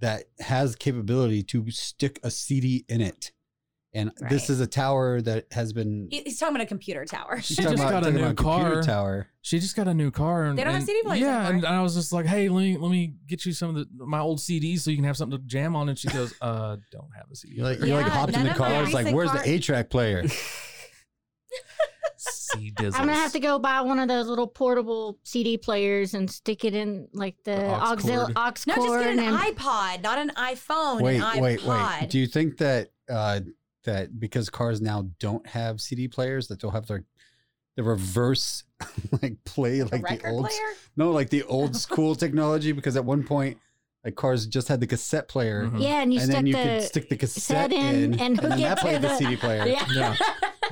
that has capability to stick a CD in it. And this
Right.
is a tower that has been
He- He's talking about a computer tower.
She just got a
talking
new
about computer
car.
tower.
She just got a new car. And,
They don't have
and-
CD players
Yeah,
anymore.
and I was just like, "Hey, let me let me get you some of the, my old CDs so you can have something to jam on." And she goes, "Uh, don't have a CD."
You like,
player."
you like
Yeah,
hopped in
none
the
of my
car. It's like,
recent
where's
car-
the A track player?
C
I'm gonna have to go buy one of those little portable CD players and stick it in like the,
The aux
auxil
cord.
aux
No,
cord.
just get an
and-
iPod, not an iPhone.
wait,
an
wait,
iPod.
wait. Do you think that uh, that because cars now don't have CD players, that they'll have their the reverse like play like the
record
old
player?
no like the old school technology? Because at one point, like cars just had the cassette player.
Mhm.
Yeah, and you
and then
stuck
you
the
could stick the
cassette
cassette
in
in,
and hook
then
it
that
to
played the
the-
CD player.
Yeah.
Yeah.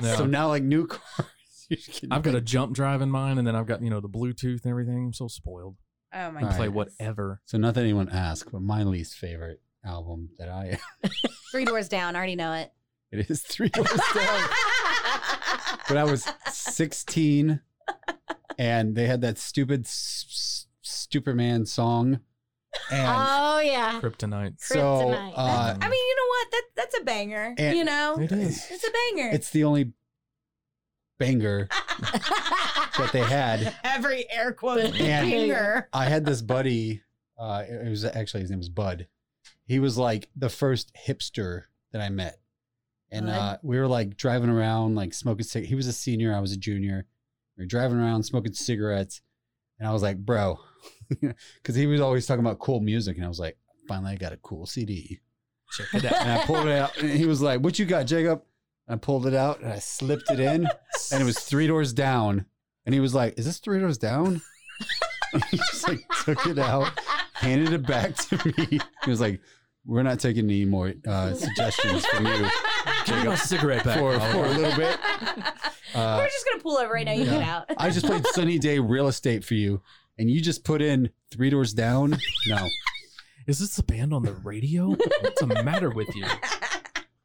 Yeah.
So now like new cars, you can
I've got a jump drive in mine, and then I've got you know the Bluetooth and everything. I'm so spoiled.
Oh my
I can play
goodness.
whatever.
So not that anyone asked, but my least favorite album that I
Three doors down. I already know it.
it is Three Doors Down. When I was 16, and they had that stupid s- s- Superman song, and
oh yeah.
Kryptonite. Um,
so
Kryptonite.
uh,
I mean, you know what? That that's a banger.
and-
you know,
It is.
It's a banger.
it's the only banger that they had.
every air quote
And-
banger.
I had this buddy. Uh, it was actually his name was Bud. He was like the first hipster that I met, and
Bud?
uh, we were like driving around, like smoking. Cig- he was a senior, I was a junior. We were driving around smoking cigarettes, and I was like, "Bro," because he was always talking about cool music, and I was like, "Finally, I got a cool CD."
Check
And
it out.
I pulled it out, and he was like, "What you got, Jacob?" And I pulled it out, and I slipped it in, and it was Three Doors Down. And he was like, "Is this Three Doors Down?" he just like took it out, handed it back to me. He was like, "We're not taking any more uh, suggestions from you."
Give me my cigarette back,
for,
Oliver.
for a little bit. Uh,
We're just gonna pull over right now. You
yeah.
get out.
I just played Sunny Day Real Estate for you, and you just put in Three Doors Down. No,
Is this a band on the radio? What's the matter with you?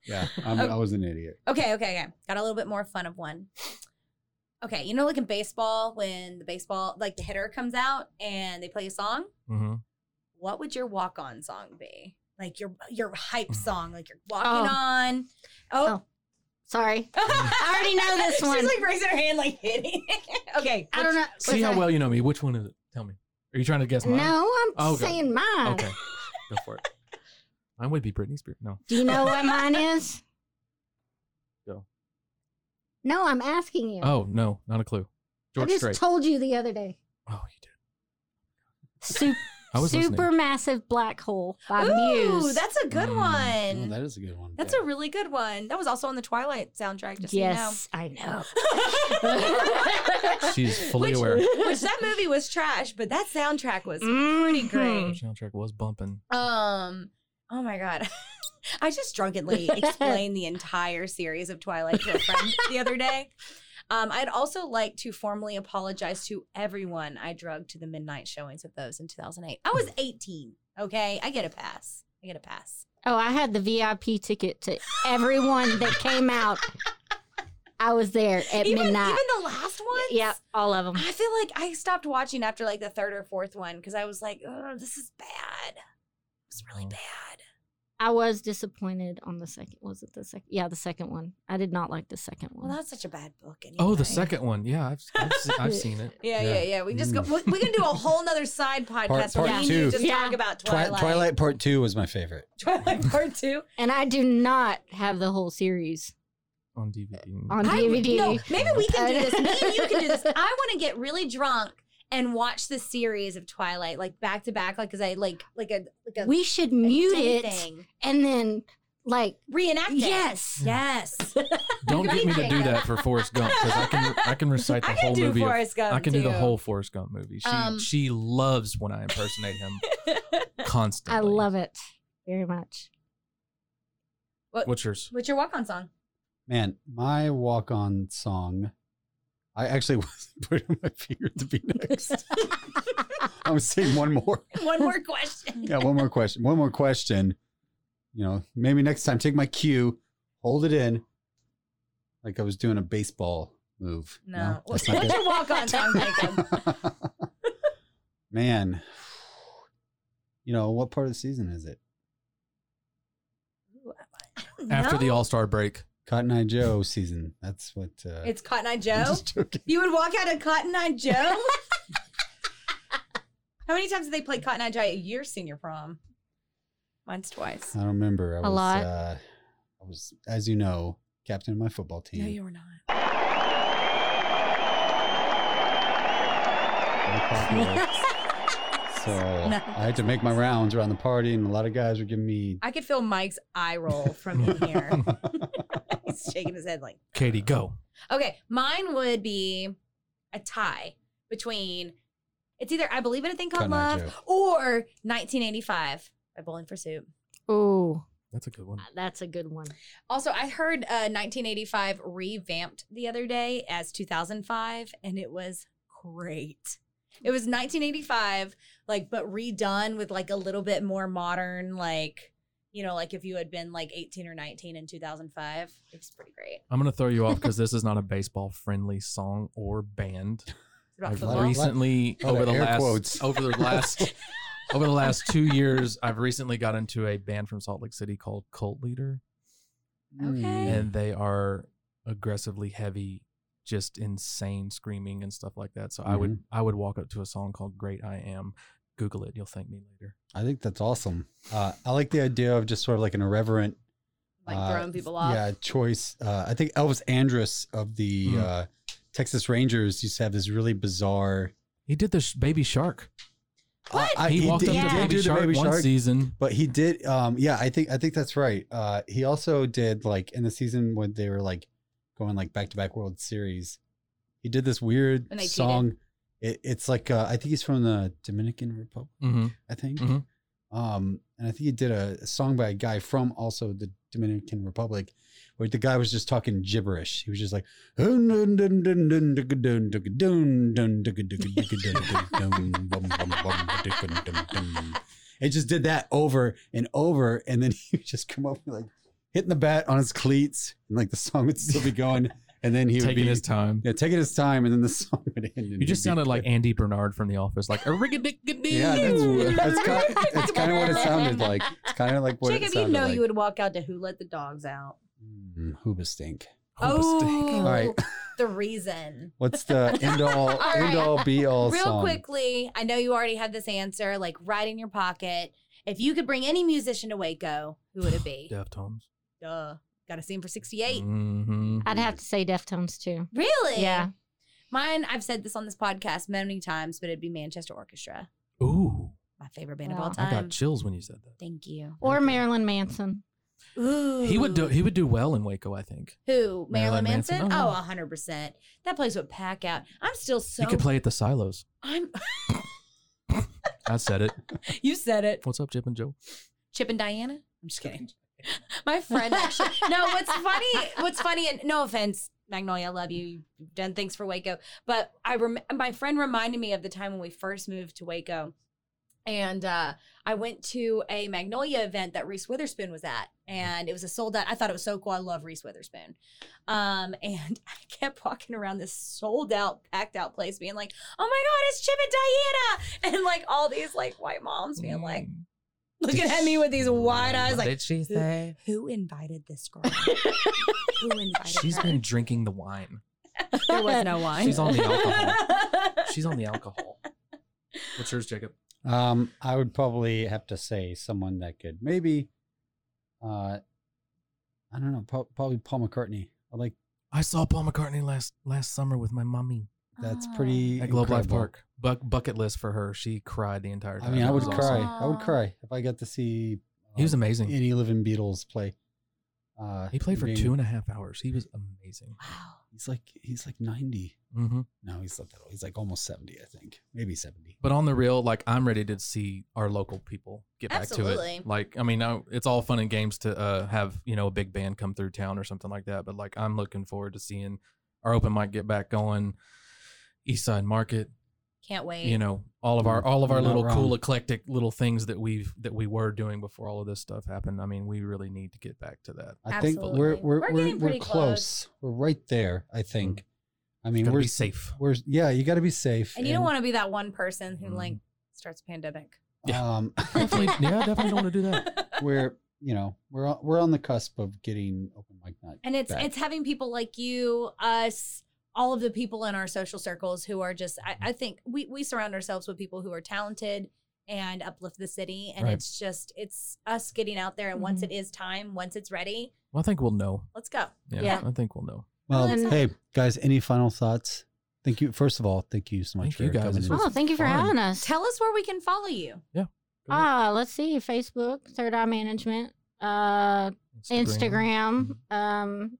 yeah, I'm, I
Oh.
was an idiot.
Okay, okay, okay. Got a little bit more fun of one. Okay, you know, like in baseball, when the baseball, like the hitter comes out and they play a song,
Mm-hmm.
what would your walk on song be? Like your your hype song, like you're
Oh.
walking on. Oh,
Sorry. I already know this one.
She's like raising her hand, like hitting. okay,
I don't know.
See
was
how
I-
well you know me. Which one is it? Tell me. Are you trying to guess mine?
No, I'm
Oh, okay.
saying mine.
Okay, go for it. Mine would be Britney Spears. No,
Do you know what mine is?
go.
No, I'm asking you.
Oh no, not a clue.
I
George
just
Strait.
told you the other day.
Oh, you
did. Super,
I was listening.
massive black hole by
Ooh,
Muse.
that's a good
Oh,
one.
that is a good one.
That's a really good one. That was also on the Twilight soundtrack. Just
yes,
so
I know.
you know.
She's fully
which,
aware.
Which that movie was trash, but that soundtrack was
Mm-hmm.
pretty great.
The soundtrack was bumping.
Um. Oh my god. I just drunkenly explained the entire series of Twilight to a friend the other day. Um, I'd also like to formally apologize to everyone I drugged to the midnight showings of those in 2008. I was 18. Okay, I get a pass. I get a pass.
Oh, I had the VIP ticket to everyone that came out. I was there at
even
midnight.
even the last one.
yep, all of them.
I feel like I stopped watching after like the third or fourth one because I was like, oh, this is bad. It's
Oh.
really bad.
I was disappointed on the second. Was it the second? Yeah, the second one. I did not like the second one.
Well, that's such a bad book. Anyway.
Oh, the second one. Yeah, I've, I've, se- I've seen it.
Yeah, yeah, yeah. We just go.
Mm.
We're, we're gonna do a whole nother side podcast
Part-
where
part
me and you
two.
just
Yeah.
talk about
Twi-
Twilight.
Twilight Part Two was my favorite.
Twilight Part Two
and I do not have the whole series
on DVD.
on
I-
DVD.
No, maybe we can do
And-
this. Me and you can do this. I want to get really drunk and watch the series of Twilight like back to back, like because I like like a like a
we should mute it
thing.
and then like
reenact. it.
Yes.
yes.
Don't get me to do
Jacob.
that for Forrest Gump because I can I can recite the
I can
whole
do
movie. of-
Forrest Gump,
I can do the
too.
whole Forrest Gump movie. She
Um,
she loves when I impersonate him constantly.
I love it very much.
What,
What's yours?
What's your walk on song?
Man, my walk on song, I actually was putting my finger to be next. I was saying one more.
One more question.
Yeah, one more question. One more question. You know, maybe next time take my cue, hold it in, like I was doing a baseball move.
No.
that's
What's
not good.
your walk on song, Jacob?
Man, you know, what part of the season is it?
After the
No?
All Star break,
Cotton Eye Joe season. That's what. Uh,
It's Cotton Eye Joe.
just joking.
You would walk out of Cotton Eye Joe. How many times did they play Cotton Eye Joe at your senior prom? Mine's twice.
I don't remember. I
A
was,
lot.
Uh, I was, as you know, captain of my football team.
No, you were not.
So
Nice.
I had to make my rounds around the party, and a lot of guys were giving me.
I could feel Mike's eye roll from in here. He's shaking his head like,
Katie, go.
okay, mine would be a tie between it's either I Believe in a Thing Called
Can I
Love
Joke?
or 1985 by Bowling for Soup.
Ooh,
That's a good one.
that's a good one.
Also, I heard uh, 1985 revamped the other day as 2005, and it was great. It was 1985, like, but redone with like a little bit more modern, like, you know, like if you had been like 18 or 19 in 2005, it was pretty great.
I'm gonna throw you off because this is not a baseball friendly song or band.
about
I've
football?
recently
Lot of
over the
Oh, air
last
quotes.
over the last over the last two years, I've recently got into a band from Salt Lake City called Cult Leader,
Okay.
and they are aggressively heavy, just insane screaming and stuff like that. So I would
Mm-hmm.
I would walk up to a song called Great I Am. Google it, you'll thank me later.
I think that's awesome. Uh, I like the idea of just sort of like an irreverent,
Like
uh,
throwing people off.
Yeah, choice. Uh, I think Elvis Andrus of the
Mhm.
uh, Texas Rangers used to have this really bizarre.
He did the sh- baby shark.
What?
He walked up to Baby Shark one season.
But he did um yeah, I think I think that's right. Uh he also did like in the season when they were like going like back to back World Series. He did this weird
When they cheated.
song. It, it's like uh, I think he's from the Dominican Republic,
Mhm.
I think.
Mhm.
Um and I think he did a, a song by a guy from also the Dominican Republic where the guy was just talking gibberish. He was just like it just did that over and over, and then he would just come up with like hitting the bat on his cleats, and like the song would still be going, and then he would
Taking
be
his time.
yeah, taking his time, and then the song would end. and
You just
he'd be-
sounded like Andy Bernard from The Office, like a
yeah, that's, that's kind, that's kind of what it sounded like. It's kind of like what it
Jacob, you
sounded
know
like.
you would walk out to Who Let the Dogs Out.
Mm, Hooba stink.
Oh,
All right,
the reason.
what's the end all,
All
end
right.
all, be all
Real
song?
quickly, I know you already had this answer, like right in your pocket. If you could bring any musician to Waco, who would it be?
Deftones.
Duh. Gotta see him for 68.
Mhm.
I'd have to say Deftones too.
Really?
Yeah.
Mine, I've said this on this podcast many times, but it'd be Manchester Orchestra,
Ooh,
my favorite band of all
Wow.
time.
I got chills when you said that.
Thank you.
Or Marilyn Manson.
Ooh.
He would do. He would do well in Waco, I think.
Who? Marilyn,
Marilyn Manson?
Manson?
Oh.
Oh, 100%. That place would pack out. I'm still so.
He could play at the silos.
I'm.
I said it.
you said it.
What's up, Chip and Joe?
Chip and Diana? I'm just kidding. My friend actually. no, what's funny? What's funny? And no offense, Magnolia, I love you. You've done things for Waco, but I rem- my friend reminded me of the time when we first moved to Waco, and uh, I went to a Magnolia event that Reese Witherspoon was at, and it was a sold out. I thought it was so cool. I love Reese Witherspoon, um, and I kept walking around this sold out, packed out place, being like, "Oh my God, it's Chip and Diana!" and like all these like white moms being like. Looking at me with these wide eyes, like
did she
"Who-
say?"
who invited this girl? who invited
She's
her?
been drinking the wine.
there was no wine.
She's on the alcohol. She's on the alcohol. What's yours, Jacob?
Um, I would probably have to say someone that could maybe, uh, I don't know, prob- probably Paul McCartney. I like
I saw Paul McCartney last last summer with my mommy
that's
Ah.
pretty
at Globe Life
incredible.
Park. Buck, bucket list for her. She cried the entire
I
time.
mean, I
It
would
was awesome.
cry. I would cry if I got to see.
He was
um,
amazing.
Any living Beatles play. Uh,
He played for
being-
two and a half hours. He was amazing.
He's like he's like ninety.
Mm-hmm.
No, he's not that old. He's like almost seventy, I think, maybe seventy.
But on the real, like I'm ready to see our local people get back to
Absolutely.
it. Like, I mean, I, it's all fun and games to uh, have you know a big band come through town or something like that. But like, I'm looking forward to seeing our open mic get back going. East Side Market,
Can't wait.
you know, all of our
Mm,
all of our
you're not
little
wrong.
cool eclectic little things that we've that we were doing before all of this stuff happened. I mean, we really need to get back to that.
I think we're
Absolutely.
we're
We're
we're,
getting
we're,
pretty
close.
close.
We're right there. I think. I mean,
Hmm. gotta
we're
be safe.
We're yeah, you got to be safe.
and you don't want to be that one person who
Mm.
like starts a pandemic.
Um,
definitely, yeah, definitely don't want to do that.
we're you know we're on, we're on the cusp of getting open mic night,
And it's
back.
it's having people like you, us, all of the people in our social circles who are just I, I think we we surround ourselves with people who are talented and uplift the city. And
Right. Mm-hmm.
it's just it's us getting out there. And once it is time, once it's ready,
Well, I think we'll know.
let's go.
Yeah, I think we'll know.
Well,
Well, that's-
hey guys, any final thoughts? Thank you. First of all, thank you so much for
you guys.
coming
This
in.
Oh, thank you for having us.
Tell us where we can follow you.
Ah, let's see. Facebook, Third Eye Management, uh, Instagram, um,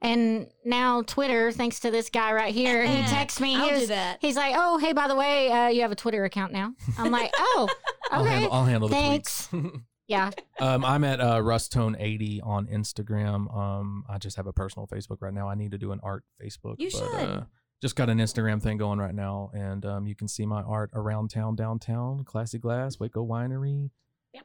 and now Twitter. Thanks to this guy right here, he texts me.
I'll
he
do
was-
that.
He's like, "Oh, hey, by the way, uh, you have a Twitter account now." I'm like, "Oh,
I'll
okay,
handle, I'll handle the
thanks."
tweets.
yeah,
um, I'm at uh, Rustone80 on Instagram. Um, I just have a personal Facebook right now. I need to do an art Facebook. uh,
You should.
just got an Instagram thing going right now, and um, you can see my art around town, downtown, Classy Glass, Waco Winery.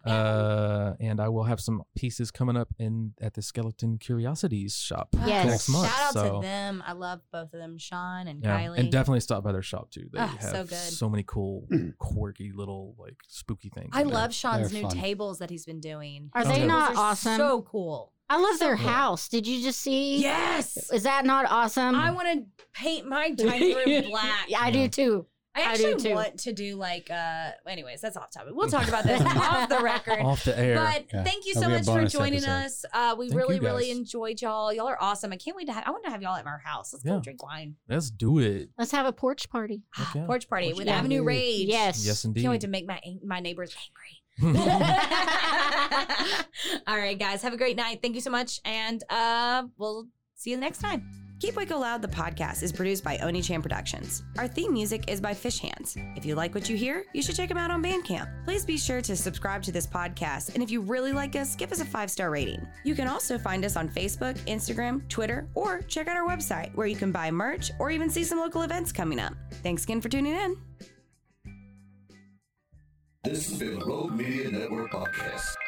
Uh, and I will have some pieces coming up in at the Skeleton Curiosities shop
Yes.
next month.
Shout out
so,
to them. I love both of them, Sean and
Yeah,
Kylie.
and definitely stop by their shop too. They
Ah,
have
so
so,
good.
many cool, quirky little like spooky things.
I
in there.
love Sean's
They're
new
fun.
tables that he's been doing.
Are
His
they
tables
not
are
awesome?
So cool.
I love their
Yeah.
house. Did you just see?
Yes!
Is that not awesome?
I want to paint my dining room black.
Yeah, I do too.
Um, I
I
actually
do too.
want to do like uh anyways, that's off topic. We'll talk about this off the record.
Off the air.
But
Yeah,
thank you so
that'll be a
much for
bonus
joining
episode.
us. Uh we
Thank
really,
you
really
guys.
enjoyed y'all. Y'all are awesome. I can't wait to have I want to have y'all at my house. Let's go
Yeah.
drink wine.
Let's do it.
Let's have a porch party.
Heck yeah.
Porch party with
party.
Avenue Rage.
Yes.
Yes,
Can't wait
indeed.
to make my my neighbors angry. All right, guys. Have a great night. Thank you so much. And uh we'll see you next time.
Keep Waco Loud, the podcast, is produced by Oni Chan Productions. Our theme music is by Fish Hands. If you like what you hear, you should check them out on Bandcamp. Please be sure to subscribe to this podcast, and if you really like us, give us a five star rating. You can also find us on Facebook, Instagram, Twitter, or check out our website where you can buy merch or even see some local events coming up. Thanks again for tuning in.
This has been a Rogue Media Network podcast.